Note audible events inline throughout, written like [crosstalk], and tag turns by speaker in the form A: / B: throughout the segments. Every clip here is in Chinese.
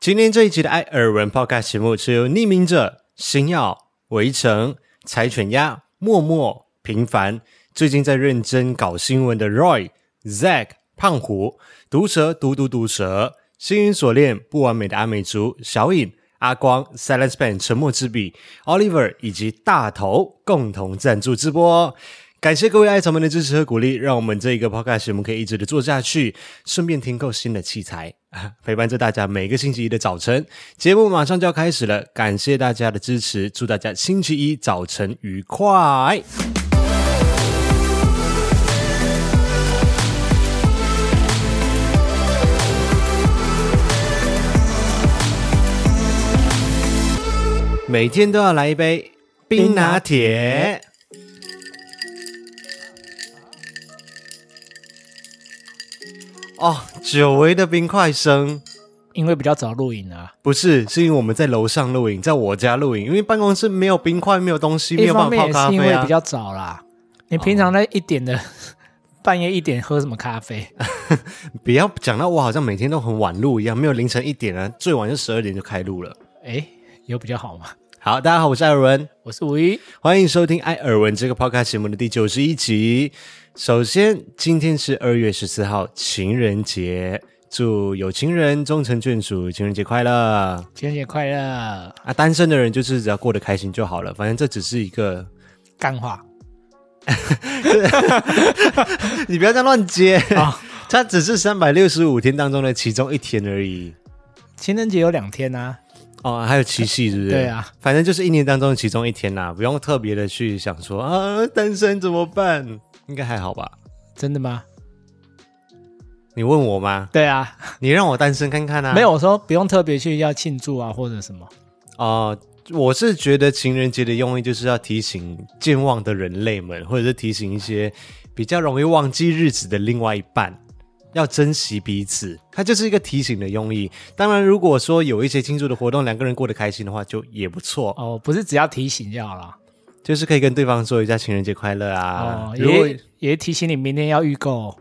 A: 今天这一集的《艾尔文 Podcast》节目是由匿名者、星耀、围城、柴犬鸭、默默、平凡，最近在认真搞新闻的 Roy、Zack、胖虎、毒蛇、毒毒毒蛇、星云锁链、不完美的阿美族、小影、阿光、Silence Band、沉默之笔、Oliver 以及大头共同赞助直播哦。感谢各位爱草们的支持和鼓励，让我们这一个 podcast 节目可以一直的做下去，顺便添购新的器材，陪伴着大家每个星期一的早晨。节目马上就要开始了，感谢大家的支持，祝大家星期一早晨愉快。每天都要来一杯冰拿铁。哦，久违的冰块声，
B: 因为比较早录影啊，
A: 不是，是因为我们在楼上录影，在我家录影，因为办公室没有冰块，没有东西，没
B: 一
A: 有办
B: 方
A: 法泡咖
B: 面也是因
A: 啡
B: 为
A: 啊
B: 比。较早啦。你平常在一点的、半夜一点喝什么咖啡？
A: [laughs] 不要讲到我好像每天都很晚录一样，没有凌晨一点啊，最晚就十二点就开录了。
B: 哎，有比较好吗？
A: 好，大家好，我是艾尔文，
B: 我是五一，
A: 欢迎收听《艾尔文》这个 podcast 节目的第九十一集。首先，今天是二月十四号，情人节，祝有情人终成眷属，情人节快乐！
B: 情人节快乐！
A: 啊，单身的人就是只要过得开心就好了，反正这只是一个，
B: 干话
A: [laughs] 你不要这样乱接， [laughs]
B: 啊！
A: 它只是三百六十五天当中的其中一天而已。
B: 情人节有两天啊，
A: 哦，还有七夕是不是？
B: 对啊，
A: 反正就是一年当中的其中一天啦，不用特别的去想说啊，单身怎么办？应该还好吧？
B: 真的吗？
A: 你问我吗？
B: 对啊，
A: 你让我单身看看啊？
B: [laughs] 没有我说不用特别去要庆祝啊或者什么。
A: 哦、我是觉得情人节的用意就是要提醒健忘的人类们，或者是提醒一些比较容易忘记日子的另外一半，要珍惜彼此。它就是一个提醒的用意。当然，如果说有一些庆祝的活动，两个人过得开心的话，就也不错，
B: 哦，不是只要提醒就好了。
A: 就是可以跟对方说一下情人节快乐啊。
B: 哦，
A: 如果
B: 也也提醒你明天要预购哦。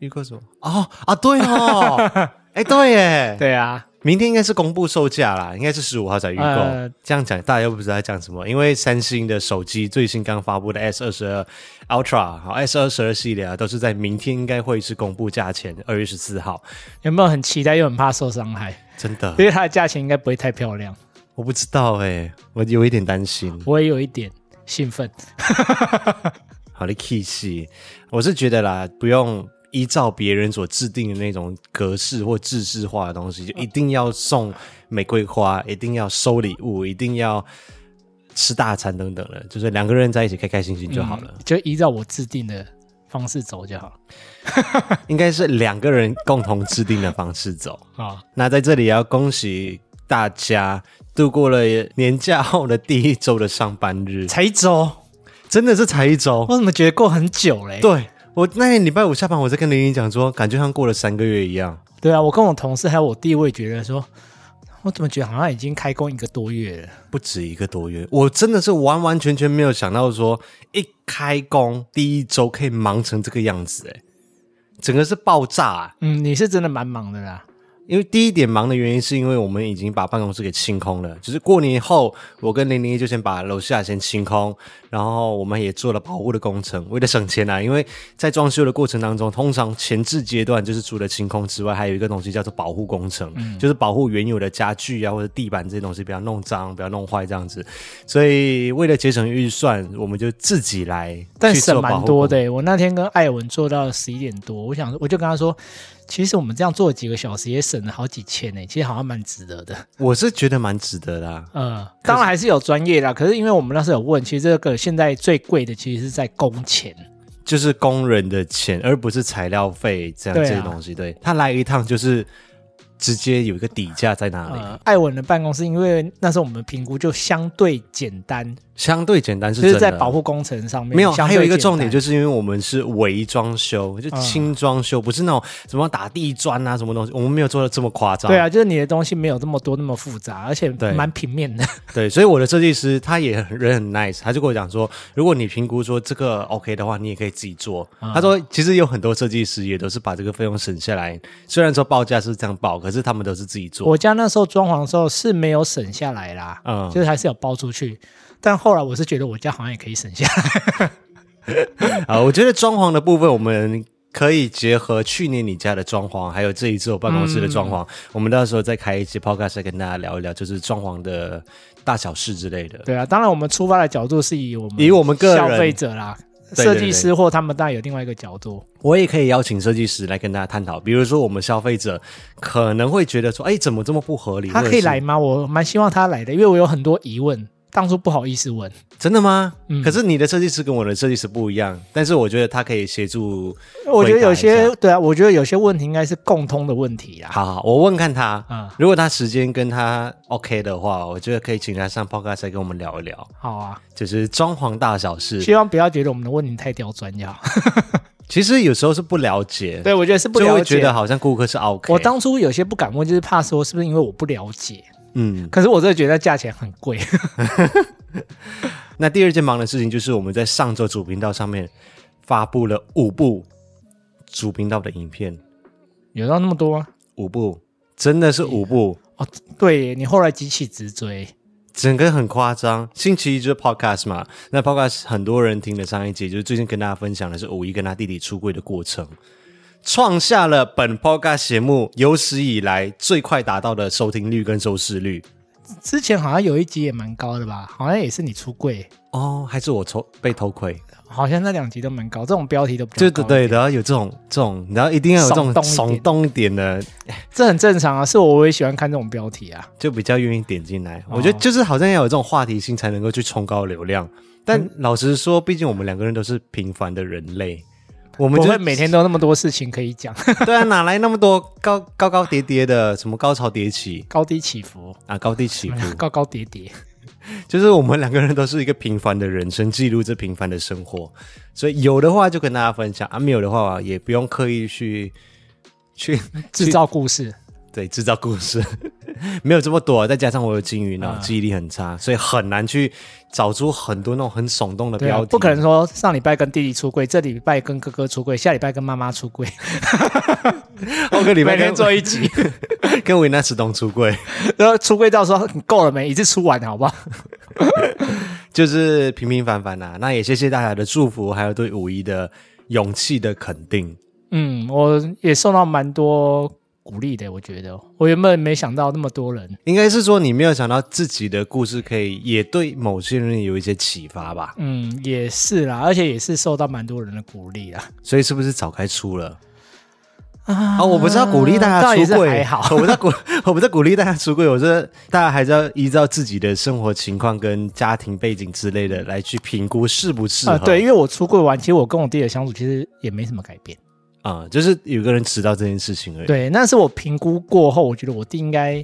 A: 预购什么？哦啊，对哦，哎、对耶，
B: 对啊，
A: 明天应该是公布售价啦，应该是十五号才预购。
B: 呃
A: 这样讲大家又不知道在讲什么，因为三星的手机最新刚发布的 S 二十二 Ultra 好 S 二十二系列啊，都是在明天应该会是公布价钱，二月十四号。
B: 有没有很期待又很怕受伤害？
A: 真的
B: 因，为它的价钱应该不会太漂亮。
A: 我不知道哎、我有一点担心。
B: 我也有一点兴奋。
A: 好的 key 系，我是觉得啦，不用依照别人所制定的那种格式或制式化的东
B: 嗯
A: 西，就一定要送玫瑰花，一定要收礼物，一定要吃大餐等等的，就是两个人在一起开开心心就好了。
B: 就依照我制定的方式走就好了。
A: 应该是两个人共同制定的方式走。
B: 啊，
A: 那在这里也要恭喜大家度过了年假后的第一周的上班日，
B: 才一周，
A: 真的是才一周。
B: 我怎么觉得过很久嘞？
A: 对我那天礼拜五下班，我在跟玲玲讲说，感觉像过了三个月一样。
B: 对啊，我跟我同事还有我弟，我也觉得说，我怎么觉得好像已经开工一个多月了？
A: 不止一个多月，我真的是完完全全没有想到说，一开工第一周可以忙成这个样子，哎，整个是爆炸、啊。
B: 嗯，你是真的蛮忙的啦。
A: 因为第一点忙的原因，是因为我们已经把办公室给清空了。就是过年后，我跟零零一就先把楼下先清空，然后我们也做了保护的工程，为了省钱啊。因为在装修的过程当中，通常前置阶段就是除了清空之外，还有一个东西叫做保护工程，
B: 嗯
A: 就是保护原有的家具啊或者地板这些东西不要弄脏、不要弄坏这样子。所以为了节省预算，我们就自己来，
B: 但省蛮多的、。欸。我那天跟艾文做到十一点多，我想我就跟他说，其实我们这样做几个小时也省了好几千呢、其实好像蛮值得的。
A: 我是觉得蛮值得的、啊。
B: 嗯，当然还是有专业啦，可是因为我们那时候有问，其实这个现在最贵的其实是在工钱。
A: 就是工人的钱，而不是材料费这样、
B: 对啊
A: 这些东西。对他来一趟就是直接有一个底价在那里，
B: 呃，艾文的办公室，因为那时候我们评估就相对简单，
A: 相对简单是
B: 就
A: 真的。
B: 是在保护工程上面
A: 没有，
B: 相
A: 还
B: 对
A: 有一个
B: 简单嗯
A: 重点就是因为我们是微装修，就轻装修，不是那种什么打地砖啊什么东西，我们没有做的这么夸张。
B: 对啊，就是你的东西没有这么多那么复杂，而且
A: 对
B: 蛮平面的。
A: 对，所以我的设计师他也很人很 nice，他就跟我讲说，如果你评估说这个 OK 的话，你也可以自己
B: 嗯
A: 做。他说，其实有很多设计师也都是把这个费用省下来，虽然说报价是这样报，可是他们都是自己做
B: [laughs] 我。家那时候装潢的时候是没有省下来啦，
A: 嗯
B: 就是还是有包出去。但后来我是觉得我家好像也可以省下来， [laughs]
A: 啊，我觉得装潢的部分我们。可以结合去年你家的装潢，还有这一次我办公室的装
B: 嗯
A: 潢，我们到时候再开一期 podcast 来跟大家聊一聊，就是装潢的大小事之类的。
B: 对啊。当然，我们出发的角度是以我们
A: 以我们个人
B: 消费者啦，
A: 对对
B: 设计师或他们当然有另外一个角度。
A: 我也可以邀请设计师来跟大家探讨，比如说我们消费者可能会觉得说，哎，怎么这么不合理？
B: 他
A: 或者
B: 可以
A: 是
B: 来，吗？我蛮希望他来的，因为我有很多疑问，当初不好意思问。
A: 真的吗？
B: 嗯
A: 可是你的设计师跟我的设计师不一样，但是我觉得他可以协助。
B: 我觉得有
A: 回答一
B: 些对啊，我觉得有些问题应该是共通的问题啊啦。
A: 好好，我问看他，
B: 嗯
A: 如果他时间跟他 OK 的话，我觉得可以请他上 Podcast 来跟我们聊一聊，
B: 好啊，
A: 就是装潢大小事。
B: 希望不要觉得我们的问题太刁钻就好。
A: 其实有时候是不了解，
B: 对，我觉得是不
A: 就
B: 了
A: 会觉
B: 解。
A: 得好像顾客是 OK。
B: 我当初有些不敢问，就是怕说是不是因为我不了解。
A: 嗯，
B: 可是我真的觉得价钱很贵。
A: 那第二件忙的事情就是我们在上周主频道上面发布了五部主频道的影片。
B: [laughs] 有到那么多吗？
A: 五部，真的是五部，
B: 哦，对耶，你后来急起直追，
A: 整个很夸张。星期一就是 podcast 嘛，那 podcast 很多人听的上一集，就是最近跟大家分享的是五一跟他弟弟出柜的过程，创下了本 podcast 节目有史以来最快达到的收听率跟收视率。
B: 之前好像有一集也蛮高的吧？好像也是你出柜，
A: 哦，还是我偷被偷窥，
B: 好像那两集都蛮高，这种标题都比较
A: 就
B: 高
A: 对
B: 一
A: 对
B: 点，
A: 的，有这种这种，然后一定要有这种
B: 耸动一点
A: 耸动一点的，
B: 这很正常啊。是我我也喜欢看这种标题啊。
A: 就比较愿意点进来。
B: 哦
A: 我觉得就是好像要有这种话题性才能够去冲高流量。但
B: 嗯
A: 老实说，毕竟我们两个人都是平凡的人
B: [laughs]
A: 类，我
B: 我
A: 们
B: 们
A: 就
B: 会每天都那么多事情可以讲，
A: [laughs]
B: [laughs]
A: 对啊，哪来那么多高高高跌跌的什么高潮迭起
B: 高低起伏，
A: 啊，高低起伏？
B: 高高跌跌。
A: 就是我们两个人都是一个平凡的人生，记录这平凡的生活，所以有的话就跟大家分享啊，没有的话也不用刻意去去
B: 制造故事，
A: 对，制造故事 [laughs] 没有这么多，再加上我有金鱼脑，
B: 嗯
A: 记忆力很差，所以很难去找出很多那种很耸动的
B: 对
A: 标
B: 啊，
A: 题。
B: 不可能说上礼拜跟弟弟出柜，这礼拜跟哥哥出柜，下礼拜跟妈妈出柜，
A: [laughs] 我 [laughs] 个礼拜
B: [laughs]
A: 跟
B: 每天做一集，
A: [laughs] 跟维纳斯东出柜， [laughs]
B: 然后出柜到时候你够了没？一次出完好不好？
A: 就是平平凡凡呐、那也谢谢大家的祝福，还有对五一的勇气的肯定。
B: 嗯，我也受到蛮多鼓励的，我觉得我原本没想到那么多人，
A: 应该是说你没有想到自己的故事可以也对某些人有一些启发吧，
B: 嗯，也是啦，而且也是受到蛮多人的鼓励啦。
A: 所以是不是早该出了？
B: 啊
A: 啊，我不是要鼓励大
B: 倒
A: 家
B: 也
A: 出
B: 是
A: 柜，
B: 还
A: [laughs]
B: 好，
A: 我不是要鼓，我不是要鼓励大家出柜，我是大家还是要依照自己的生活情况跟家庭背景之类的来去评估适不适合。
B: 啊，对，因为我出柜完，其实我跟我弟的相处其实也没什么改变。
A: 啊、就是有个人迟到这件事情而已。，
B: 对，那是我评估过后，我觉得我弟应该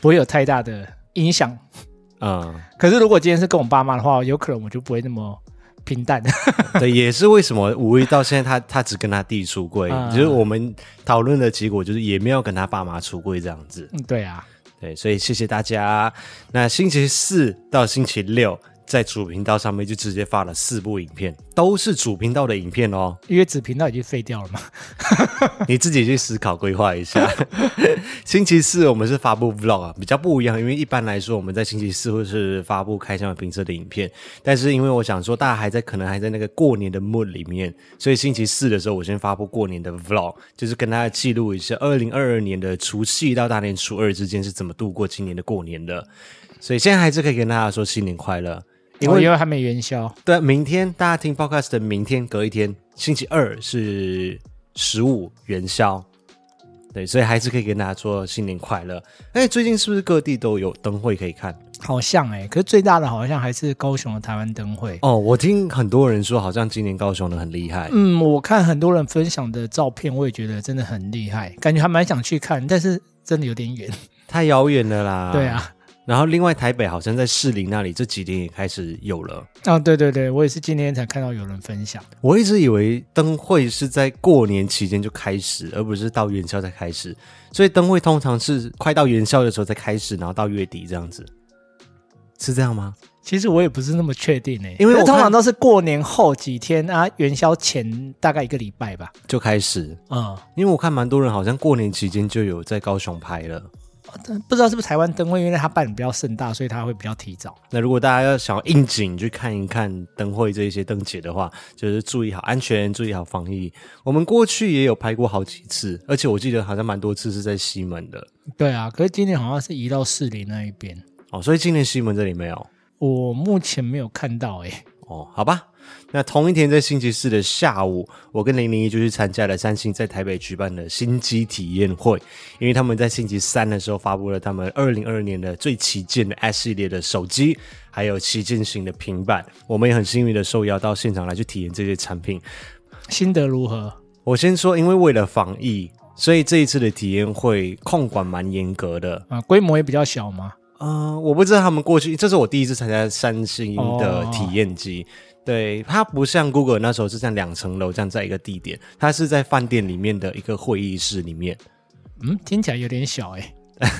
B: 不会有太大的影响。
A: 嗯，
B: 可是如果今天是跟我爸妈的话，有可能我就不会那么平淡。
A: 对，也是为什么五一到现在他他只跟他弟出柜，
B: 嗯
A: 就是我们讨论的结果就是也没有跟他爸妈出柜这样子。
B: 嗯，对啊，
A: 对，所以谢谢大家。那星期四到星期六。在主频道上面就直接发了四部影片，都是主频道的影片哦。
B: 因为子频道已经废掉 [laughs] 了嘛。
A: [laughs] 你自己去思考规划一下。星期四我们是发布 vlog 啊，比较不一样，因为一般来说我们在星期四会是发布开箱评测的影片，但是因为我想说大家还在可能还在那个过年的 mood 里面，所以星期四的时候我先发布过年的 vlog，就是跟大家记录一下二零二二年的除夕到大年初二之间是怎么度过今年的过年的，所以现在还是可以跟大家说新年快乐。
B: 因哦为因为还没元宵，
A: 对，明天大家听 podcast 的明天隔一天，星期二是十五元宵，对，所以还是可以跟大家说新年快乐。哎，最近是不是各地都有灯会可以看？
B: 好像哎、可是最大的好像还是高雄的台湾灯会。
A: 哦，我听很多人说，好像今年高雄的很厉害。
B: 嗯，我看很多人分享的照片，我也觉得真的很厉害，感觉还蛮想去看，但是真的有点远。
A: 太遥远了啦。
B: 对。啊，
A: 然后另外台北好像在士林那里这几天也开始有了。
B: 啊，对对对，我也是今天才看到有人分享。
A: 我一直以为灯会是在过年期间就开始，而不是到元宵才开始。所以灯会通常是快到元宵的时候才开始，然后到月底这样子，是这样吗？
B: 其实我也不是那么确定诶、
A: 因为
B: 可是
A: 我
B: 通
A: 看
B: 常都是过年后几天啊，元宵前大概一个礼拜吧。
A: 就开始。
B: 嗯，
A: 因为我看蛮多人好像过年期间就有在高雄拍了。
B: 但不知道是不是台湾灯会，因为它办的比较盛大，所以它会比较提早。
A: 那如果大家要想要应景去看一看灯会这一些灯节的话，就是注意好安全，注意好防疫。我们过去也有拍过好几次，而且我记得好像蛮多次是在西门的
B: 对啊，可是今年好像是移到士林那一边，
A: 哦，所以今年西门这里没有
B: 我目前没有看到欸诶、
A: 哦，好吧。那同一天，在星期四的下午，我跟零零一就去参加了三星在台北举办的新机体验会，因为他们在星期三的时候发布了他们二零二年的最旗舰的 S 系列的手机，还有旗舰型的平板。我们也很幸运的受邀到现场来去体验这些产品。
B: 心得如何？
A: 我先说，因为为了防疫，所以这一次的体验会控管蛮严格的。
B: 啊，规模也比较小嘛。
A: 嗯、我不知道他们过去，这是我第一次参加三星的
B: 哦
A: 体验机。对，它不像 Google 那时候是在两层楼这样在一个地点，它是在饭店里面的一个会议室里面。 [laughs]
B: 嗯，听起来有点小欸诶、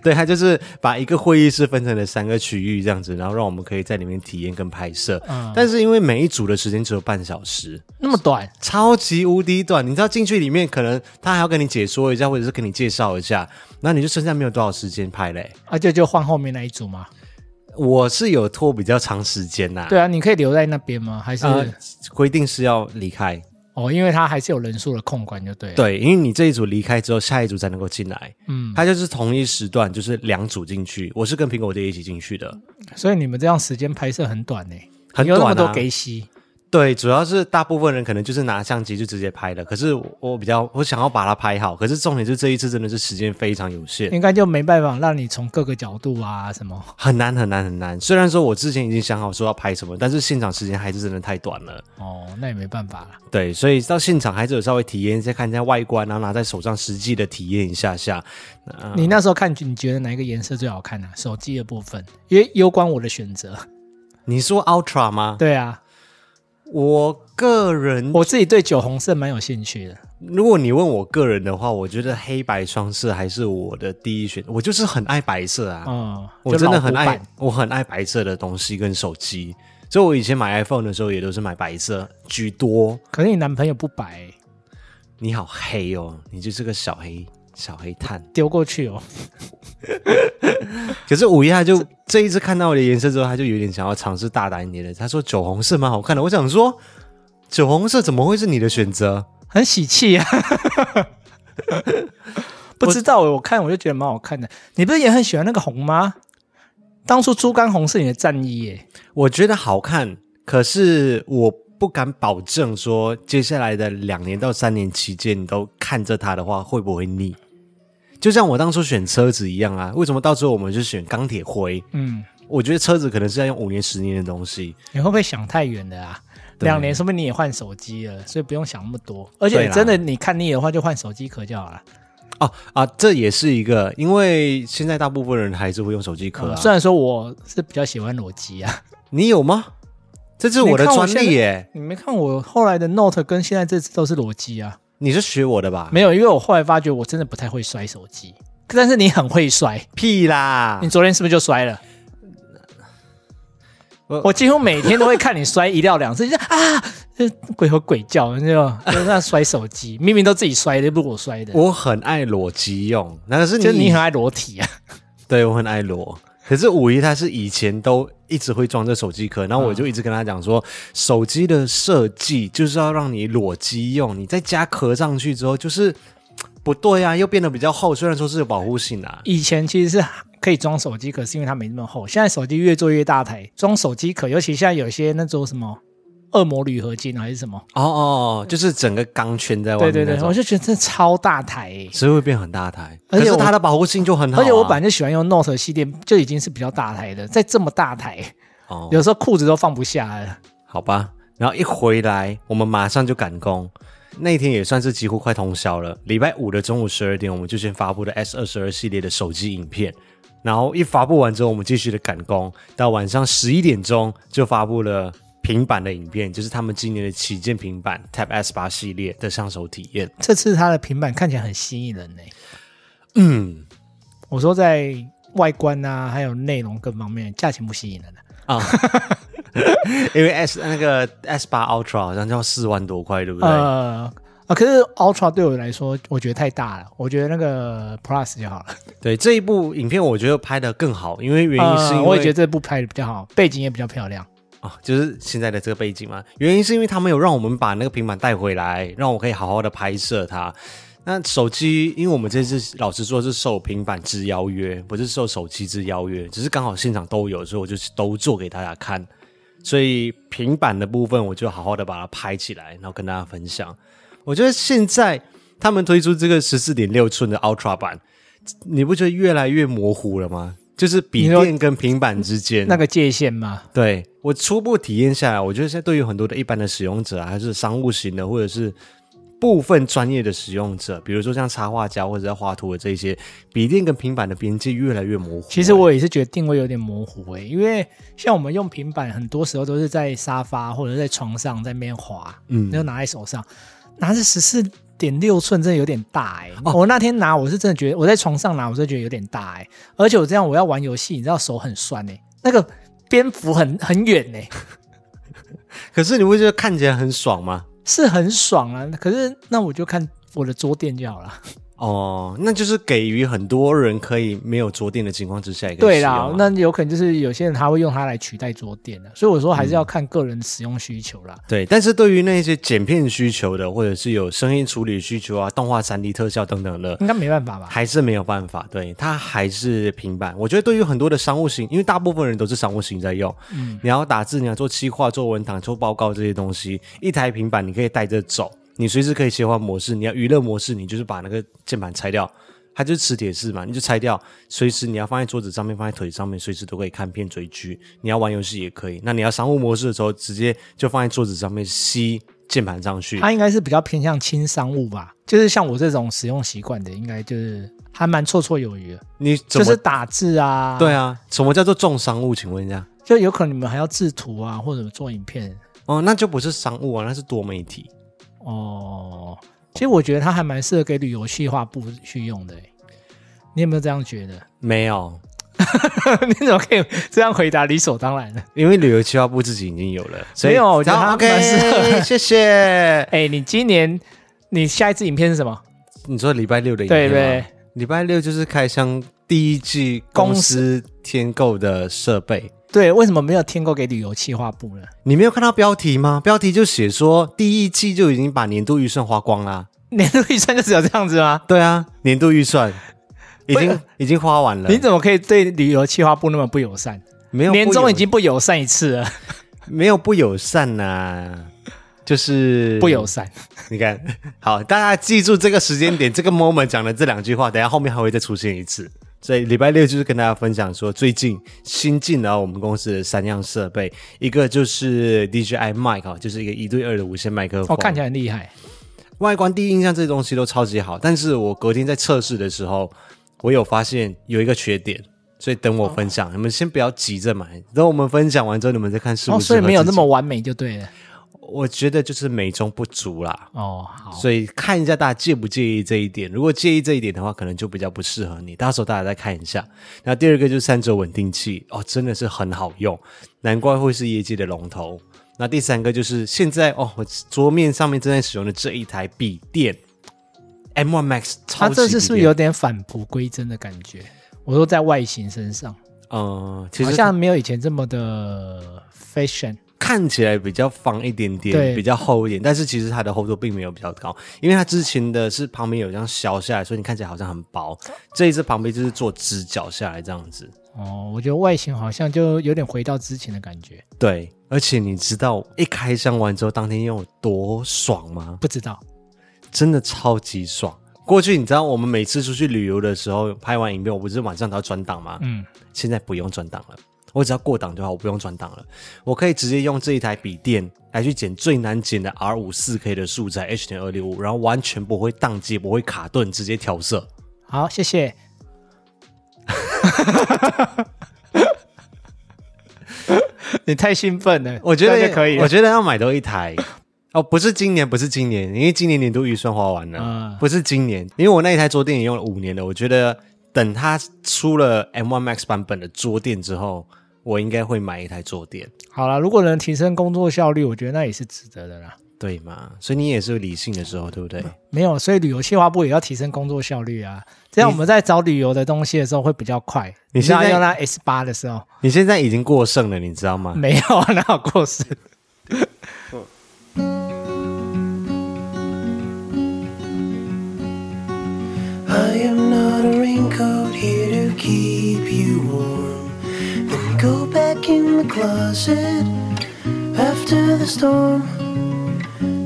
A: 对，它就是把一个会议室分成了三个区域这样子，然后让我们可以在里面体验跟拍摄。
B: 嗯
A: 但是因为每一组的时间只有半小时，
B: 那么短，
A: 超级无敌短，你知道进去里面可能他还要跟你解说一下，或者是跟你介绍一下，那你就剩下没有多少时间拍嘞、
B: 啊，就就换后面那一组
A: 啊
B: 嘛。
A: 我是有拖比较长时间呐、
B: 对啊，你可以留在那边吗？还是、
A: 呃，规定是要离开，
B: 哦，因为它还是有人数的控管，就对了。，
A: 对，因为你这一组离开之后，下一组才能够进来。
B: 嗯，
A: 他就是同一时段，就是两组进去，我是跟苹果爹一起进去的，
B: 所以你们这样时间拍摄很短呢、
A: 很
B: 有那
A: 短、
B: 么
A: 啊。
B: 多给息，
A: 对，主要是大部分人可能就是拿相机就直接拍了，可是我我比较我想要把它拍好，可是重点是这一次真的是时间非常有限。
B: 应该就没办法让你从各个角度啊什么
A: 很难很难很难。虽然说我之前已经想好说要拍什么，但是现场时间还是真的太短了。
B: 哦，那也没办法了。
A: 对，所以到现场还是有稍微体验一下，看一下外观，然后拿在手上实际的体验一下下。啊
B: 你那时候看，你觉得哪一个颜色最好看呢、啊？手机的部分，因为攸关我的选择。
A: 你说 Ultra 吗？
B: 对啊，
A: 我个人，
B: 我自己对酒红色蛮有兴趣的。
A: 如果你问我个人的话，我觉得黑白双色还是我的第一选。我就是很爱白色啊，
B: 哦、嗯，
A: 我真的很
B: 就老古
A: 爱
B: 板，
A: 我很爱白色的东西跟手机。所以我以前买 iPhone 的时候也都是买白色居多。
B: 可是你男朋友不白、
A: 你好黑哦，你就是个小黑小黑炭。
B: 丢过去哦。
A: 可是五一他就这一次看到我的颜色之后，他就有点想要尝试大胆一点的。他说酒红色蛮好看的，我想说酒红色怎么会是你的选择？
B: 很喜气 [laughs] 啊。不知道欸我看我就觉得蛮好看的。你不是也很喜欢那个红吗？当初猪肝红是你的战衣耶、
A: 我觉得好看，可是我不敢保证说接下来的两年到三年期间，你都看着它的话会不会腻。就像我当初选车子一样啊，为什么到最后我们就选钢铁灰？
B: 嗯，
A: 我觉得车子可能是要用五年、十年的东西。
B: 你会不会想太远了啊？
A: 对
B: 两年，说不定你也换手机了，所以不用想那么多。而
A: 对
B: 且
A: 啦
B: 真的，你看腻的话就换手机壳就好了。
A: 哦啊，这也是一个，因为现在大部分人还是会用手机壳啊。
B: 嗯虽然说我是比较喜欢裸机啊，
A: 你有吗？这是我的专利耶，
B: 你没看我后来的 Note 跟现在这次都是裸机啊？
A: 你是学我的吧？
B: 没有，因为我后来发觉我真的不太会摔手机，但是你很会摔。
A: 屁啦
B: 你！昨天是不是就摔了
A: 我？
B: 我几乎每天都会看你摔一到两次，就 [laughs] 啊，就鬼吼鬼叫，你知道吗？就是那摔手机，明明都自己摔的，又不是我摔的，
A: 我很爱裸机用，那可是
B: 就是
A: 你
B: 你很爱裸体啊。
A: 对我很爱裸。可是五一他是以前都一直会装这手机壳，然后我就一直跟他讲说，手机的设计就是要让你裸机用，你再加壳上去之后就是嘖不对啊，又变得比较厚，虽然说是有保护性啊，
B: 以前其实是可以装手机壳，是因为它没那么厚。现在手机越做越大台，装手机壳，尤其现在有些那种什么恶魔铝合金还是什么，哦
A: 哦哦，就是整个钢圈在外
B: 对
A: 面
B: 对
A: 那
B: 对，
A: 种
B: 我，就觉得这超大台、欸。
A: 所以会变很大台，哦可
B: 而且
A: 是
B: 我
A: 它的保护性就很好啊、
B: 而且我本来就喜欢用 Note 系列，就已经是比较大台的，在这么大台，
A: 哦
B: 有时候裤子都放不下了。
A: 好吧。然后一回来，我们马上就赶工。那天也算是几乎快通宵了。礼拜五的中午十二点，我们就先发布了 S 二十二系列的手机影片。然后一发布完之后，我们继续的赶工，到晚上十一点钟就发布了平板的影片，就是他们今年的旗舰平板 Tab S 八系列的上手体验。 [laughs]
B: 这次它的平板看起来很吸引人呢、嗯，我说在外观啊，还有内容各方面，价钱不吸引人、啊、
A: 啊，因为 S 那个 S 八 Ultra 好像要四万多块，对不对？
B: 呃啊，可是 Ultra 对我来说，我觉得太大了，我觉得那个 Plus 就好了。
A: 对这一部影片，我觉得拍的更好，因为原因是因为、
B: 呃我也觉得这部拍的比较好，背景也比较漂亮。
A: 啊，就是现在的这个背景嘛。原因是因为他没有让我们把那个平板带回来，让我可以好好的拍摄它。那手机，因为我们这次老实说是受平板之邀约，不是受手机之邀约，只是刚好现场都有，所以我就都做给大家看。所以平板的部分，我就好好的把它拍起来，然后跟大家分享。我觉得现在他们推出这个十四点六寸的 Ultra 版，你不觉得越来越模糊了吗？就是笔
B: 你说
A: 电跟平板之间
B: 那个界限嘛，
A: 对我初步体验下来，我觉得现在对于很多的一般的使用者啊，还是商务型的，或者是部分专业的使用者，比如说像插画家或者在画图的这一些，笔电跟平板的边界越来越模糊。
B: 其实我也是觉得定位有点模糊诶、因为像我们用平板，很多时候都是在沙发或者在床上在那边滑，嗯，就拿在手上，拿着十四点六寸真的有点大诶、我那天拿，我是真的觉得我在床上拿，我是觉得有点大诶、欸而且我这样我要玩游戏，你知道手很酸诶、欸那个蝙蝠很很远欸 [laughs] 诶、
A: 可是你会觉得看起来很爽吗？
B: 是很爽啊。可是那我就看我的桌垫就好了。
A: 哦，那就是给予很多人可以没有桌垫的情况之下一个
B: 对
A: 使
B: 啦
A: 用，啊嘛
B: 啊那有可能就是有些人他会用它来取代桌垫的，所以我说还是要看个人使用需求啦。
A: 对，但是对于那些剪片需求的，或者是有声音处理需求啊、动画三 D 特效等等的，
B: 应该没办法吧？
A: 还是没有办法，对，它还是平板。我觉得对于很多的商务型，因为大部分人都是商务型在用，
B: 嗯
A: 你要打字，你要做企划、做文档、做报告这些东西，一台平板你可以带着走，你随时可以切换模式。你要娱乐模式，你就是把那个键盘拆掉，它就是磁铁式嘛，你就拆掉，随时你要放在桌子上面，放在腿上面，随时都可以看片追剧。你要玩游戏也可以，那你要商务模式的时候，直接就放在桌子上面吸键盘上去。
B: 它应该是比较偏向轻商务吧，就是像我这种使用习惯的，应该就是还蛮绰绰有余的，
A: 你怎
B: 就
A: 么、
B: 是打字啊，
A: 对，啊？什么叫做重商务？请问一下。
B: 就有可能你们还要制图啊，或者做影片
A: 哦，那就不是商务啊，那是多媒体。
B: 哦。其实我觉得它还蛮适合给旅游细化部去用的欸，你有没有这样觉 [laughs] 得？
A: 没有，
B: 你怎么可以这样回答理所当然呢？
A: 因为旅游计划部自己已经有了，所以
B: 没有我觉得
A: 然后
B: 他蛮适合
A: OK，谢 [laughs] 谢。
B: 哎，你今年你下一支影片是什么？
A: 你说礼拜六的影
B: 对
A: 片
B: 不
A: 吗
B: 对？
A: 礼拜六就是开箱第一季公司添购的设备。
B: 对，为什么没有添购给旅游企划部呢？
A: 你没有看到标题吗？标题就写说第一季就已经把年度预算花光啦。
B: [laughs] 年度预算就只有这样子吗？
A: 对啊，年度预算已经已经花完了。
B: 你怎么可以对旅游企划部那么不友善？
A: 没有不
B: 年终
A: 友
B: 已经不友善一次了，
A: 没有不友善呐、就是
B: 不友善。
A: 你看，好，大家记住这个时间点，这个 moment 讲的这两句话，等一下后面还会再出现一次。所以礼拜六就是跟大家分享说，最近新进了我们公司的三样设备，一个就是 DJI Mic 哦，就是一个一对二的无线麦克风，
B: 哦，看起来很厉害。
A: 外观第一印象这些东西都超级好，但是我隔天在测试的时候，我有发现有一个缺点，所以
B: 哦
A: 等我分享，你们先不要急着买，等我们分享完之后，你们再看是不
B: 哦，
A: 是、
B: 所以没有那么，完美就对了。
A: 我觉得就是美中不足啦。
B: 哦，好，
A: 所以看一下大家介不介意这一点。如果介意这一点的话，可能就比较不适合你。到时候大家再看一下。那第二个就是三轴稳定器哦，真的是很好用，难怪会是业界的龙头。那第三个就是现在哦，我桌面上面正在使用的这一台笔电 M1 Max 超
B: 他
A: 级
B: 这次是不
A: 笔
B: 是
A: 电
B: 有点返璞归真的感觉？我说在外形身上，
A: 嗯，其
B: 好
A: 实
B: 像没有以前这么的 fashion。
A: 看起来比较方一点点，
B: 对
A: 比较厚一点，但是其实它的厚度并没有比较高，因为它之前的是旁边有这样削下来，所以你看起来好像很薄。这一次旁边就是做直角下来这样子。
B: 哦，我觉得外形好像就有点回到之前的感觉。
A: 对，而且你知道一开箱完之后当天用有多爽吗？
B: 不知道，
A: 真的超级爽。过去你知道我们每次出去旅游的时候，拍完影片，我不是晚上都要转档吗？
B: 嗯，
A: 现在不用转档了，我只要过档就好，我不用转档了。我可以直接用这一台笔电来去剪最难剪的 R 五四 K 的素材 H 点二六五，然后完全不会宕机，不会卡顿，直接调色。
B: 好，谢
A: [laughs]
B: 谢。你太兴奋了，
A: 我觉
B: 这样
A: 得
B: 就可以了
A: 我觉得要买到一
B: [coughs]
A: 台。哦，不是今年，不是今年，因为今年年度预算花完了，
B: 嗯
A: 不是今年，因为我那一台桌垫也用了五年了，我觉得等它出了 M1 Max 版本的桌垫之后，我应该会买一台桌垫，
B: 好了，如果能提升工作效率，我觉得那也是值得的啦。
A: 对嘛？所以你也是有理性的时候，对不对？
B: 没有，所以旅游计划部也要提升工作效率啊，这样我们在找旅游的东西的时候会比较快。
A: 你
B: 知道
A: 现在
B: 用那 S 八的时候，
A: 你现在已经过剩了，你知道吗？
B: 没有啊，哪有过时？
C: I am not a raincoat here to keep you warm. Then go back in the closet after the storm.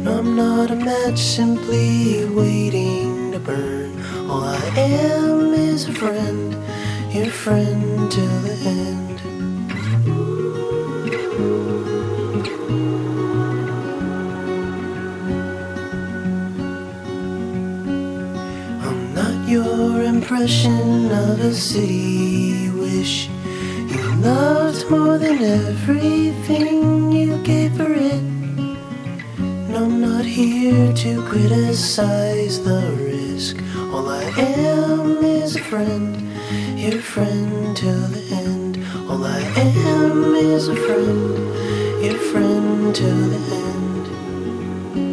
C: No, I'm not a match simply waiting to burn. All I am is a friend, your friend till the end. I'm not your impression of a city you wish you loved more than everything you gave for it. And I'm not here to criticize the risk. All I am is a friend, your friend till the end. All I am is a friend, your friend till the end.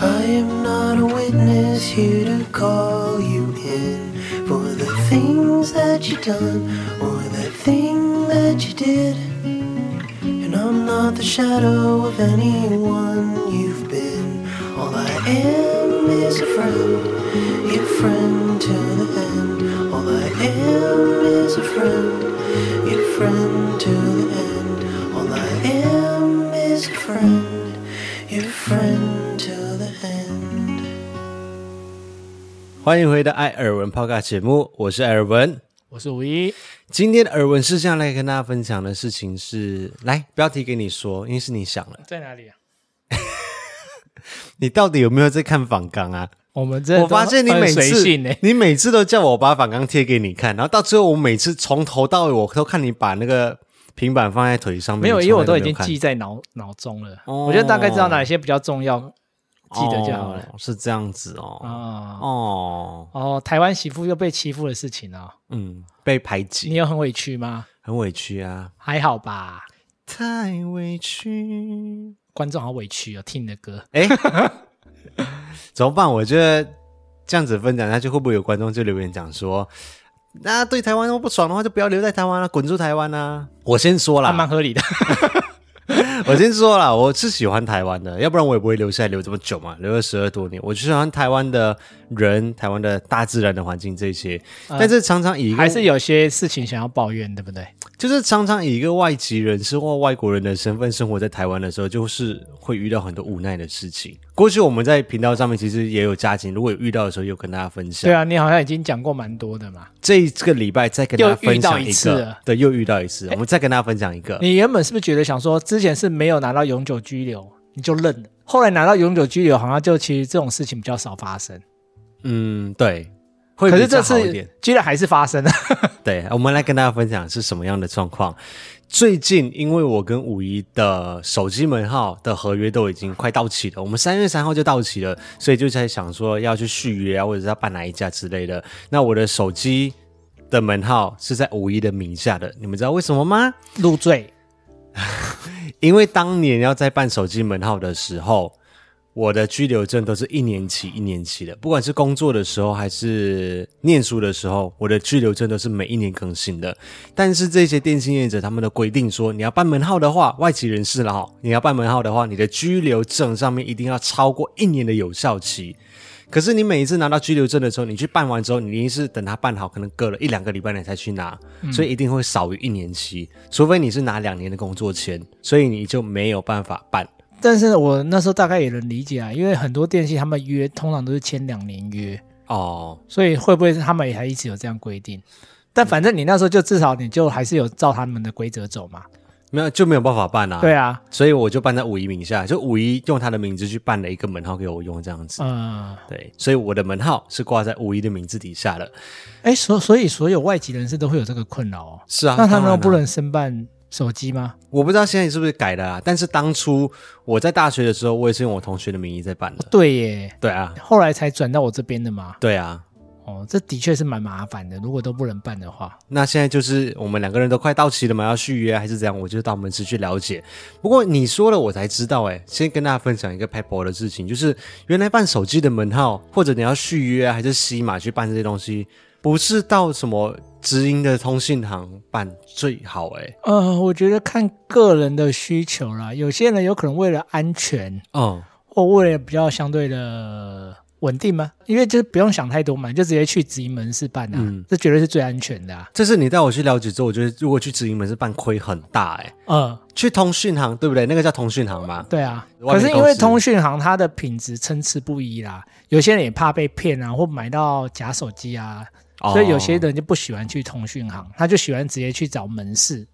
C: I am not a witness here to call you in for the things that you done or the thing that you did. And I'm not the shadow of anyone you've been. All I am is a friend, your friend till the end. All I am is a friend, your friend till the end. All I am is a friend, your friend till the end.
A: 欢迎回到艾尔文 Podcast 节目，我是艾尔文。
B: 我是五一，
A: 今天的耳闻事项来跟大家分享的事情是，来标题给你说，因为是你想了，
B: 在哪里啊？
A: 你到底有没有在看访纲啊？
B: 我们这
A: 我发现你每次、
B: 性欸呢、
A: 你每次都叫我把反纲贴给你看，然后到最后我每次从头到尾我都看你把那个平板放在腿上面，
B: 没有，
A: 你
B: 因为
A: 从
B: 我
A: 来
B: 都
A: 没
B: 已
A: 有
B: 经
A: 看
B: 记在脑脑中了。
A: 哦
B: 我就大概知道哪些比较重要，记得就好了。
A: 哦是这样子哦。
B: 哦
A: 哦，
B: 哦，台湾媳妇又被欺负的事情哦，
A: 嗯，被排
B: 你
A: 挤，
B: 有很委屈吗？
A: 很委屈啊，
B: 还好吧，
A: 太委屈。
B: 观众好委屈哦，听你的歌。
A: 哎， [laughs] 怎么办？我觉得这样子分享下去，会不会有观众就留言讲说，那对台湾都不爽的话，就不要留在台湾了、滚出台湾啊！我先说
B: 还
A: 啦，
B: 蛮合理的，
A: [laughs] 我先说啦，我是喜欢台湾的，要不然我也不会留下来留这么久嘛，留了十二多年。我就喜欢台湾的人，台湾的大自然的环境这些，但是常常以一个
B: 啊还是有些事情想要抱怨，对不对？
A: 就是常常以一个外籍人士或外国人的身份生活在台湾的时候，就是会遇到很多无奈的事情。过去我们在频道上面其实也有家庭，如果有遇到的时候，有跟大家分享。
B: 对啊，你好像已经讲过蛮多的嘛。
A: 这一个礼拜再跟大家分享
B: 又遇到
A: 一
B: 一次
A: 个
B: 了，
A: 对，又遇到一次，我们再跟大家分享一个。
B: 你原本是不是觉得想说，之前是没有拿到永久居留，你就认了？后来拿到永久居留，好像就其实这种事情比较少发生。
A: 嗯，对，会
B: 可
A: 比
B: 是
A: 较
B: 这
A: 好一
B: 次
A: 点。
B: 居然还是
A: [laughs]
B: 发生了，
A: 对，我们来跟大家分享是什么样的状况。最近，因为我跟五一的手机门号的合约都已经快到期了，我们三月三号就到期了，所以就在想说要去续约啊，或者是要办哪一家之类的。那我的手机的门号是在五一的名下的，你们知道为什么吗？
B: 入赘。
A: 因为当年要在办手机门号的时候，我的居留证都是一年期一年期的，不管是工作的时候还是念书的时候，我的居留证都是每一年更新的。但是这些电信业者他们的规定说，你要办门号的话，外籍人士了哈，你要办门号的话，你的居留证上面一定要超过一年的有效期。可是你每一次拿到居留证的时候，你去办完之后，你一定是等它办好，可能隔了一两个礼拜你才去拿，所以一定会少于一年期，除非你是拿两年的工作签，所以你就没有办法办。
B: 但是我那时候大概也能理解啊，因为很多电信他们约通常都是签两年约，
A: 哦，
B: 所以会不会他们也还一直有这样规定？但反正你那时候就至少你就还是有照他们的规则走嘛。
A: 没有就没有办法办啊。
B: 对啊，
A: 所以我就办在五一名下，就五一用他的名字去办了一个门号给我用，这样子。
B: 嗯，
A: 对，所以我的门号是挂在五一的名字底下的。
B: 哎，所所以所有外籍人士都会有这个困扰哦。
A: 是啊，
B: 那他
A: 当然
B: 们
A: 啊
B: 又不能申办手机吗？
A: 我不知道现在是不是改了啊，但是当初我在大学的时候，我也是用我同学的名义在办的。
B: 对耶，
A: 对啊，
B: 后来才转到我这边的嘛。
A: 对啊。
B: 哦，这的确是蛮麻烦的，如果都不能办的话。
A: 那现在就是我们两个人都快到期了嘛，要续约还是怎样？我就到门市去了解。不过你说了，我才知道、欸。哎，先跟大家分享一个 PayPal 的事情，就是原来办手机的门号，或者你要续约啊还是西马去办这些东西，不是到什么直营的通信行办最好、欸。哎，
B: 呃，我觉得看个人的需求啦，有些人有可能为了安全
A: 哦，
B: 或为了比较相对的稳定嘛，因为就是不用想太多嘛，你就直接去直营门市办啊，
A: 嗯
B: 这绝对是最安全的啊。
A: 这是你带我去了解之后，我觉得如果去直营门市办亏很大、欸。哎，
B: 嗯，
A: 去通讯行对不对？那个叫通讯行吗？
B: 对啊，
A: 外
B: 可
A: 面
B: 是因为
A: 公司
B: 通讯行它的品质参差不一啦，有些人也怕被骗啊，或买到假手机啊，
A: 哦
B: 所以有些人就不喜欢去通讯行，他就喜欢直接去找门市，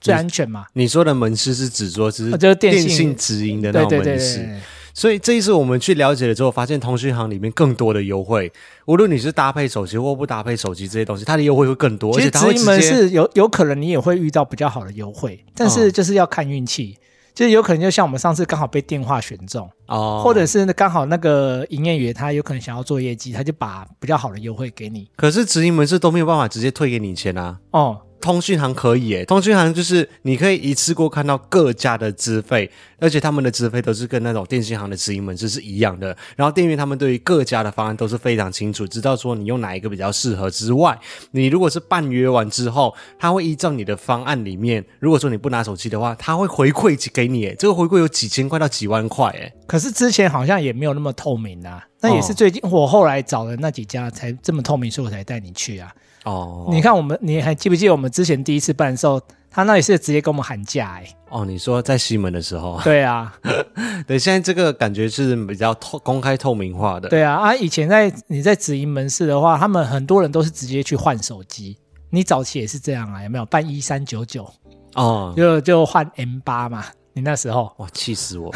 B: 最安全嘛。
A: 你说的门市是指说只
B: 啊
A: 是
B: 就是电信
A: 信直营的那种
B: 对对对
A: 门
B: 对
A: 市。
B: 对，
A: 所以这一次我们去了解了之后，发现通讯行里面更多的优惠，无论你是搭配手机或不搭配手机这些东西，它的优惠会更多，而
B: 其
A: 且
B: 实
A: 它会
B: 直
A: 直
B: 营门
A: 接
B: 市有有可能你也会遇到比较好的优惠，但
A: 哦
B: 是就是要看运气。就是有可能就像我们上次刚好被电话选中，
A: 哦
B: 或者是刚好那个营业员他有可能想要做业绩，他就把比较好的优惠给你
A: 可是直营门市都没有办法直接退给你钱啊。
B: 哦。
A: 通讯行可以耶，通讯行就是你可以一次过看到各家的资费，而且他们的资费都是跟那种电信行的直营门市是一样的。然后店员他们对于各家的方案都是非常清楚，知道说你用哪一个比较适合之外，你如果是办约完之后，他会依照你的方案里面，如果说你不拿手机的话，他会回馈给你耶，这个回馈有几千块到几万块，哎，
B: 可是之前好像也没有那么透明啊，那也
A: 哦
B: 是最近我后来找了那几家才这么透明，所以我才带你去啊。
A: 哦，
B: 你看我们，你还记不记得我们之前第一次办的时候，他那里是直接跟我们喊价哎、
A: 哦，你说在西门的时候啊，
B: 对啊，
A: [laughs] 对，现在这个感觉是比较透公开透明化的，
B: 对啊啊！以前在你在直营门市的话，他们很多人都是直接去换手机。你早期也是这样啊，有没有办一三九九
A: 哦，
B: 就就换 M 八嘛？你那时候， [laughs]
A: 哇，气死我！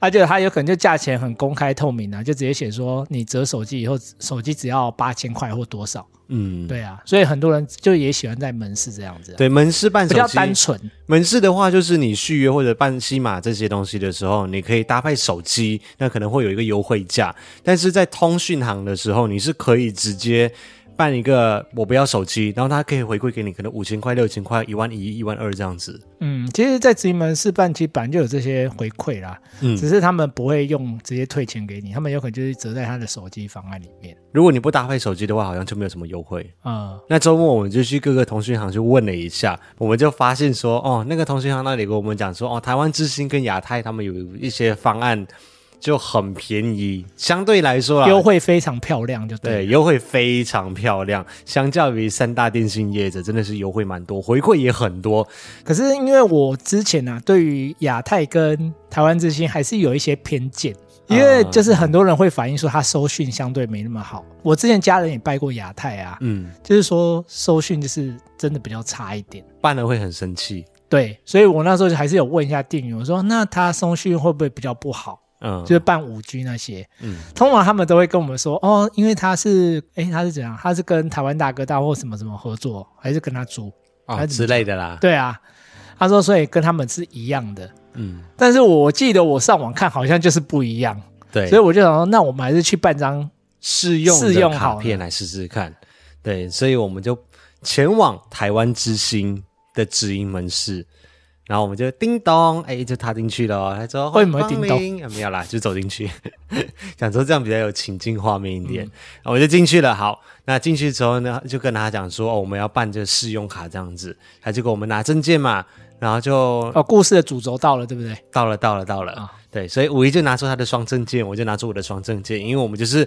B: 而且他有可能就价钱很公开透明啊，就直接写说你折手机以后，手机只要八千块或多少。
A: 嗯，
B: 对啊，所以很多人就也喜欢在门市这样子啊、
A: 对，门市办
B: 比
A: 手
B: 较
A: 机，
B: 单纯。
A: 门市的话就是你续约或者办西马这些东西的时候，你可以搭配手机，那可能会有一个优惠价。但是在通讯行的时候，你是可以直接办一个我不要手机，然后它可以回馈给你可能五千块、六千块、一万一、一万二这样子。
B: 嗯，其实，在直营门市办，其实本来就有这些回馈啦，
A: 嗯
B: 只是他们不会用直接退钱给你，他们有可能就是折在他的手机方案里面。
A: 如果你不搭配手机的话，好像就没有什么优惠。
B: 嗯，
A: 那周末我们就去各个通讯行去问了一下，我们就发现说，哦，那个通讯行那里跟我们讲说，哦，台湾之星跟亚太他们有一些方案就很便宜，相对来说啦，
B: 优惠非常漂亮，就
A: 对，。
B: 对
A: 优惠非常漂亮，相较于三大电信业者，真的是优惠蛮多，回馈也很多。
B: 可是因为我之前啊，对于亚太跟台湾之星还是有一些偏见，
A: 嗯
B: 因为就是很多人会反映说他收讯相对没那么好。我之前家人也拜过亚太啊，
A: 嗯，
B: 就是说收讯就是真的比较差一点。
A: 办了会很生气。
B: 对，所以我那时候还是有问一下店员，我说那他松讯会不会比较不好？
A: 嗯，
B: 就是办五 G 那些，
A: 嗯
B: 通常他们都会跟我们说，哦，因为他是，诶，他是怎样？他是跟台湾大哥大或什么什么合作，还是跟他租？
A: 啊
B: 还
A: 之
B: 是
A: 类的啦。
B: [laughs] 对啊，他说，所以跟他们是一样的。
A: 嗯，
B: 但是我记得我上网看好像就是不一样，
A: 对，
B: 所以我就想说，那我们还是去办张，
A: 试用
B: 试
A: 的
B: 用
A: 卡
B: 好了
A: 片来试试看。对，所以我们就前往台湾之星的直营门市，然后我们就叮咚，哎，就踏进去了哦。他说
B: 为什么会叮
A: 欢
B: 咚
A: 迎光临啊没有啦，就走进去， [laughs] 想说这样比较有情境画面一
B: 嗯
A: 点，然后我就进去了。好，那进去之后呢，就跟他讲说，哦，我们要办这个试用卡这样子，他就给我们拿证件嘛，然后就
B: 哦，故事的主轴到了，对不对？
A: 到了，到了，到了。
B: 啊
A: 对，所以五一就拿出他的双证件，我就拿出我的双证件，因为我们就是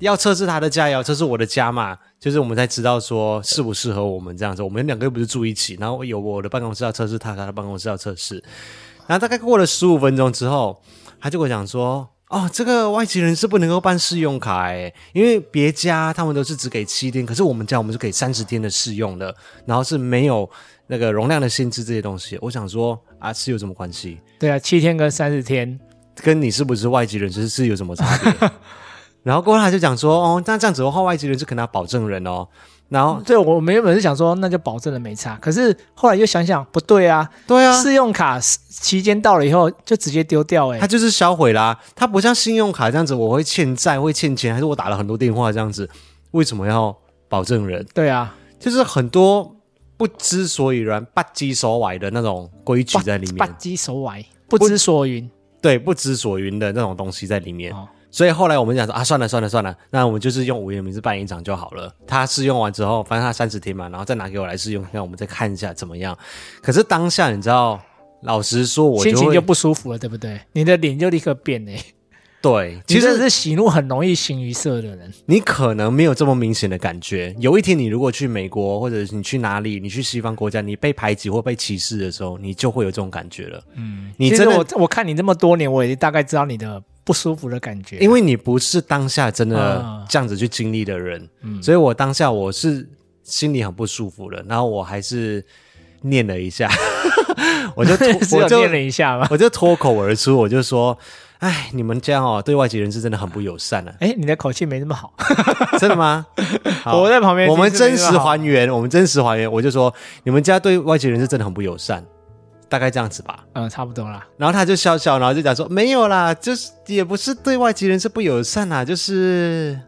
A: 要测试他的家，也要测试我的家嘛，就是我们才知道说适不适合我们这样子。我们两个又不是住一起，然后有我的办公室要测试他，他的办公室要测试。然后大概过了十五分钟之后，他就跟我讲说：“哦，这个外籍人士不能够办试用卡哎，因为别家他们都是只给七天，可是我们家我们是给三十天的试用的，然后是没有那个容量的限制这些东西。我想说啊，是有什么关系？
B: 对啊，七天跟三十天，
A: 跟你是不是外籍人士是有什么差别？然后过后他就讲说，哦，那这样子的话，外籍人士可能要保证人哦。然后
B: 对我们原本是想说那就保证了没差，可是后来又想想不对啊，
A: 对啊，
B: 试用卡是期间到了以后就直接丢掉、欸，
A: 它
B: 哎，
A: 就是销毁啦、它不像信用卡这样子，我会欠债、会欠钱，还是我打了很多电话这样子。为什么要保证人？
B: 对啊，
A: 就是很多不知所以然、不知所为的那种规矩在里
B: 八
A: 面，
B: 鸡手歪，不知所云，
A: 对，不知所云的那种东西在里面。
B: 哦
A: 所以后来我们讲说啊，算了算了算了，那我们就是用五元名字办一场就好了。他试用完之后，反正他三十天嘛，然后再拿给我来试用，看我们再看一下怎么样。可是当下你知道，老实说，我
B: 心
A: 就
B: 情
A: 会
B: 就不舒服了，对不对？你的脸就立刻变哎、欸，
A: 对，
B: 其
A: 其
B: 实
A: 实
B: 是喜怒很容易形于色的人，
A: 你可能没有这么明显的感觉。有一天，你如果去美国，或者是你去哪里，你去西方国家，你被排挤或被歧视的时候，你就会有这种感觉了。嗯，你
B: 其
A: 真
B: 实我
A: 的，
B: 我看你这么多年，我也大概知道你的不舒服的感觉， [laughs]
A: 因为你不是当下真的
B: 啊
A: 这样子去经历的人，
B: 嗯
A: 所以我当下我是心里很不舒服的，然后我还是念了一下， [laughs] 我
B: [laughs]
A: 就
B: 只
A: 我
B: 有
A: 就
B: 念了一下嘛。
A: [laughs] 我就脱口而出，我就说。哎，你们这样哦，对外籍人士真的很不友善啊！[laughs]
B: [laughs] 哎、你的口气没那么好， [laughs]
A: 真的吗？好
B: 我在旁边
A: 我们
B: 听是
A: 真
B: 没那么
A: 实
B: 好
A: 还原，我们真实还原，我就说你们家对外籍人是真的很不友善，大概这样子吧。
B: 嗯，差不多啦。
A: 然后他就笑笑，然后就讲说没有啦，就是也不是对外籍人是不友善啦，就是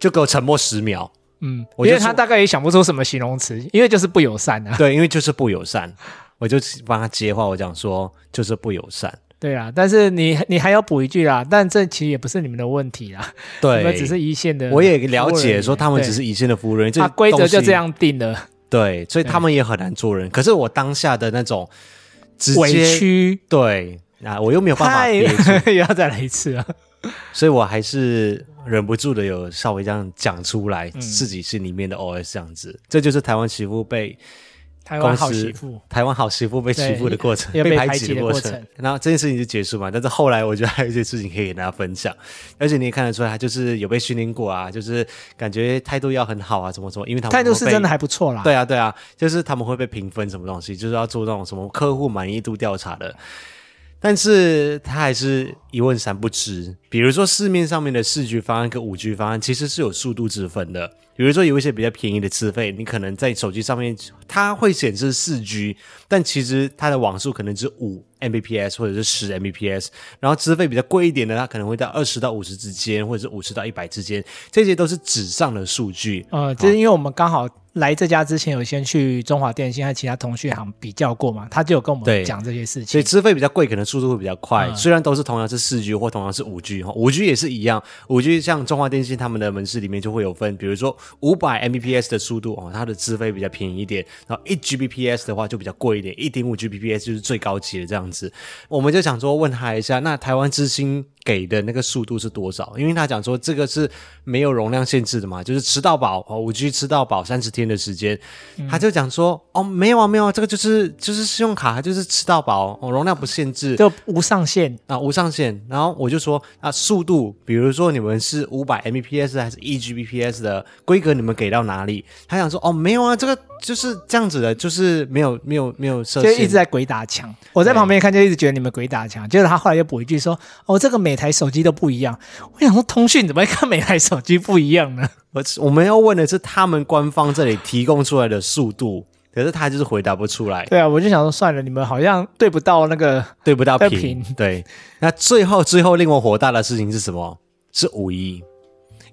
A: 就给我沉默十秒，
B: 嗯，
A: 我
B: 因
A: 就
B: 为他
A: 说
B: 大概也想不出什么形容词，因为就是不友善啊。 [laughs]
A: 对，因为就是不友善，我就帮他接话，我讲说就是不友善，
B: 对啊，但是你你还要补一句啦，但这其实也不是你们的问题啦，你们
A: 对，
B: 只是一线的服务
A: 我
B: 人员。
A: 也了解说他们只是一线的服务人员，
B: 对啊，
A: 这
B: 规则
A: 东西
B: 就这样定了，
A: 对，所以
B: 对
A: 他们也很难做人。可是我当下的那种直接
B: 委屈，
A: 对啊，我又没有办法
B: 太
A: 憋住，
B: [laughs] 又要再来一次啊。
A: 所以我还是忍不住的有稍微这样讲出来
B: 嗯
A: 自己心里面的 OS 这样子。这就是台湾媳妇被
B: 台
A: 公
B: 湾
A: 司
B: 好媳妇，
A: 台湾好媳妇被欺负的过
B: [laughs]
A: 程，
B: 对
A: 被
B: 被
A: 排
B: 排
A: 挤
B: 挤
A: 的
B: 的
A: 过
B: 过
A: 程
B: 程。
A: 然后这件事情就结束嘛。但是后来我觉得还有一些事情可以跟大家分享，而且你也看得出来，他就是有被训练过啊，就是感觉态度要很好啊，怎么怎么，因为他们
B: 态度是
A: 被
B: 真的还不错啦。
A: 对啊，对啊，就是他们会被评分什么东西，就是要做那种什么客户满意度调查的。但是他还是一问三不知。比如说市面上面的四 G 方案跟五 G 方案其实是有速度之分的。比如说有一些比较便宜的资费，你可能在手机上面它会显示四 G，但其实它的网速可能只五 Mbps 或者是十 Mbps。然后资费比较贵一点的，它可能会在二十到五十之间，或者是五十到一百之间，这些都是纸上的数据。
B: 呃，就是因为我们刚好来这家之前有先去中华电信和其他通讯行比较过嘛，他就有跟我
A: 对
B: 们讲这些事
A: 所以
B: 情。
A: 资费比较贵，可能速度会比较快。
B: 嗯
A: 虽然都是同样是四 G 或同样是五 G 哈，五 G 也是一样。五 G 像中华电信他们的门市里面就会有分，比如说五百 Mbps 的速度哦，它的资费比较便宜一点，然后一 Gbps 的话就比较贵一点，一点五 Gbps 就是最高级的这样子。我们就想说问他一下，那台湾之星给的那个速度是多少？因为他讲说这个是没有容量限制的嘛，就是吃到饱哦，五 G 吃到饱三十天的时间，
B: 嗯
A: 他就讲说哦没有啊没有啊，这个就是就是信用卡，它就是吃到饱哦，容量不限制，
B: 就无上限，
A: 啊，无上限。然后我就说啊，速度，比如说你们是五百 Mbps 还是一 Gbps 的规格，你们给到哪里？他想说哦，没有啊，这个就是这样子的，就是没有没有没有设
B: 就
A: 限，
B: 一直在鬼打墙。我在旁边看，就一直觉得你们鬼打墙。结果他后来又补一句说：“哦，这个每台手机都不一样。”我想说，通讯怎么会跟每台手机不一样呢？
A: 我我们要问的是他们官方这里提供出来的速度，可是他就是回答不出
B: [laughs]
A: 来，
B: 对啊，我就想说，算了，你们好像对不到那个
A: 对不到
B: 要
A: 平
B: 平。
A: 对，那最后最后令我火大的事情是什么？是五一。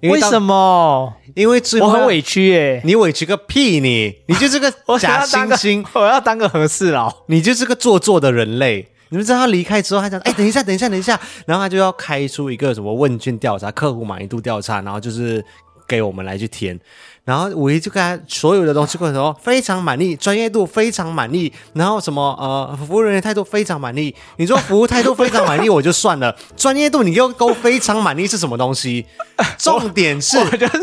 A: 因
B: 为
A: 到
B: 什？么？
A: 因为最后
B: 我很委屈耶、
A: 你委屈个屁你！你就是个
B: [laughs] 我想
A: 假
B: 要当
A: 惺
B: 个
A: 惺，，
B: [laughs] 我要当个和事佬。
A: 你就是个做作的人类。你们知道他离开之后，他讲：“哎、等一下，等一下，等一下。”然后他就要开出一个什么问卷调查、客户满意度调查，然后就是给我们来去填。然后五一就跟他所有的东西过程中非常满意，专业度非常满意，然后什么呃服务人员态度非常满意。你说服务态度非常满意我就算了，专业度你又勾非常满意是什么东西？重点是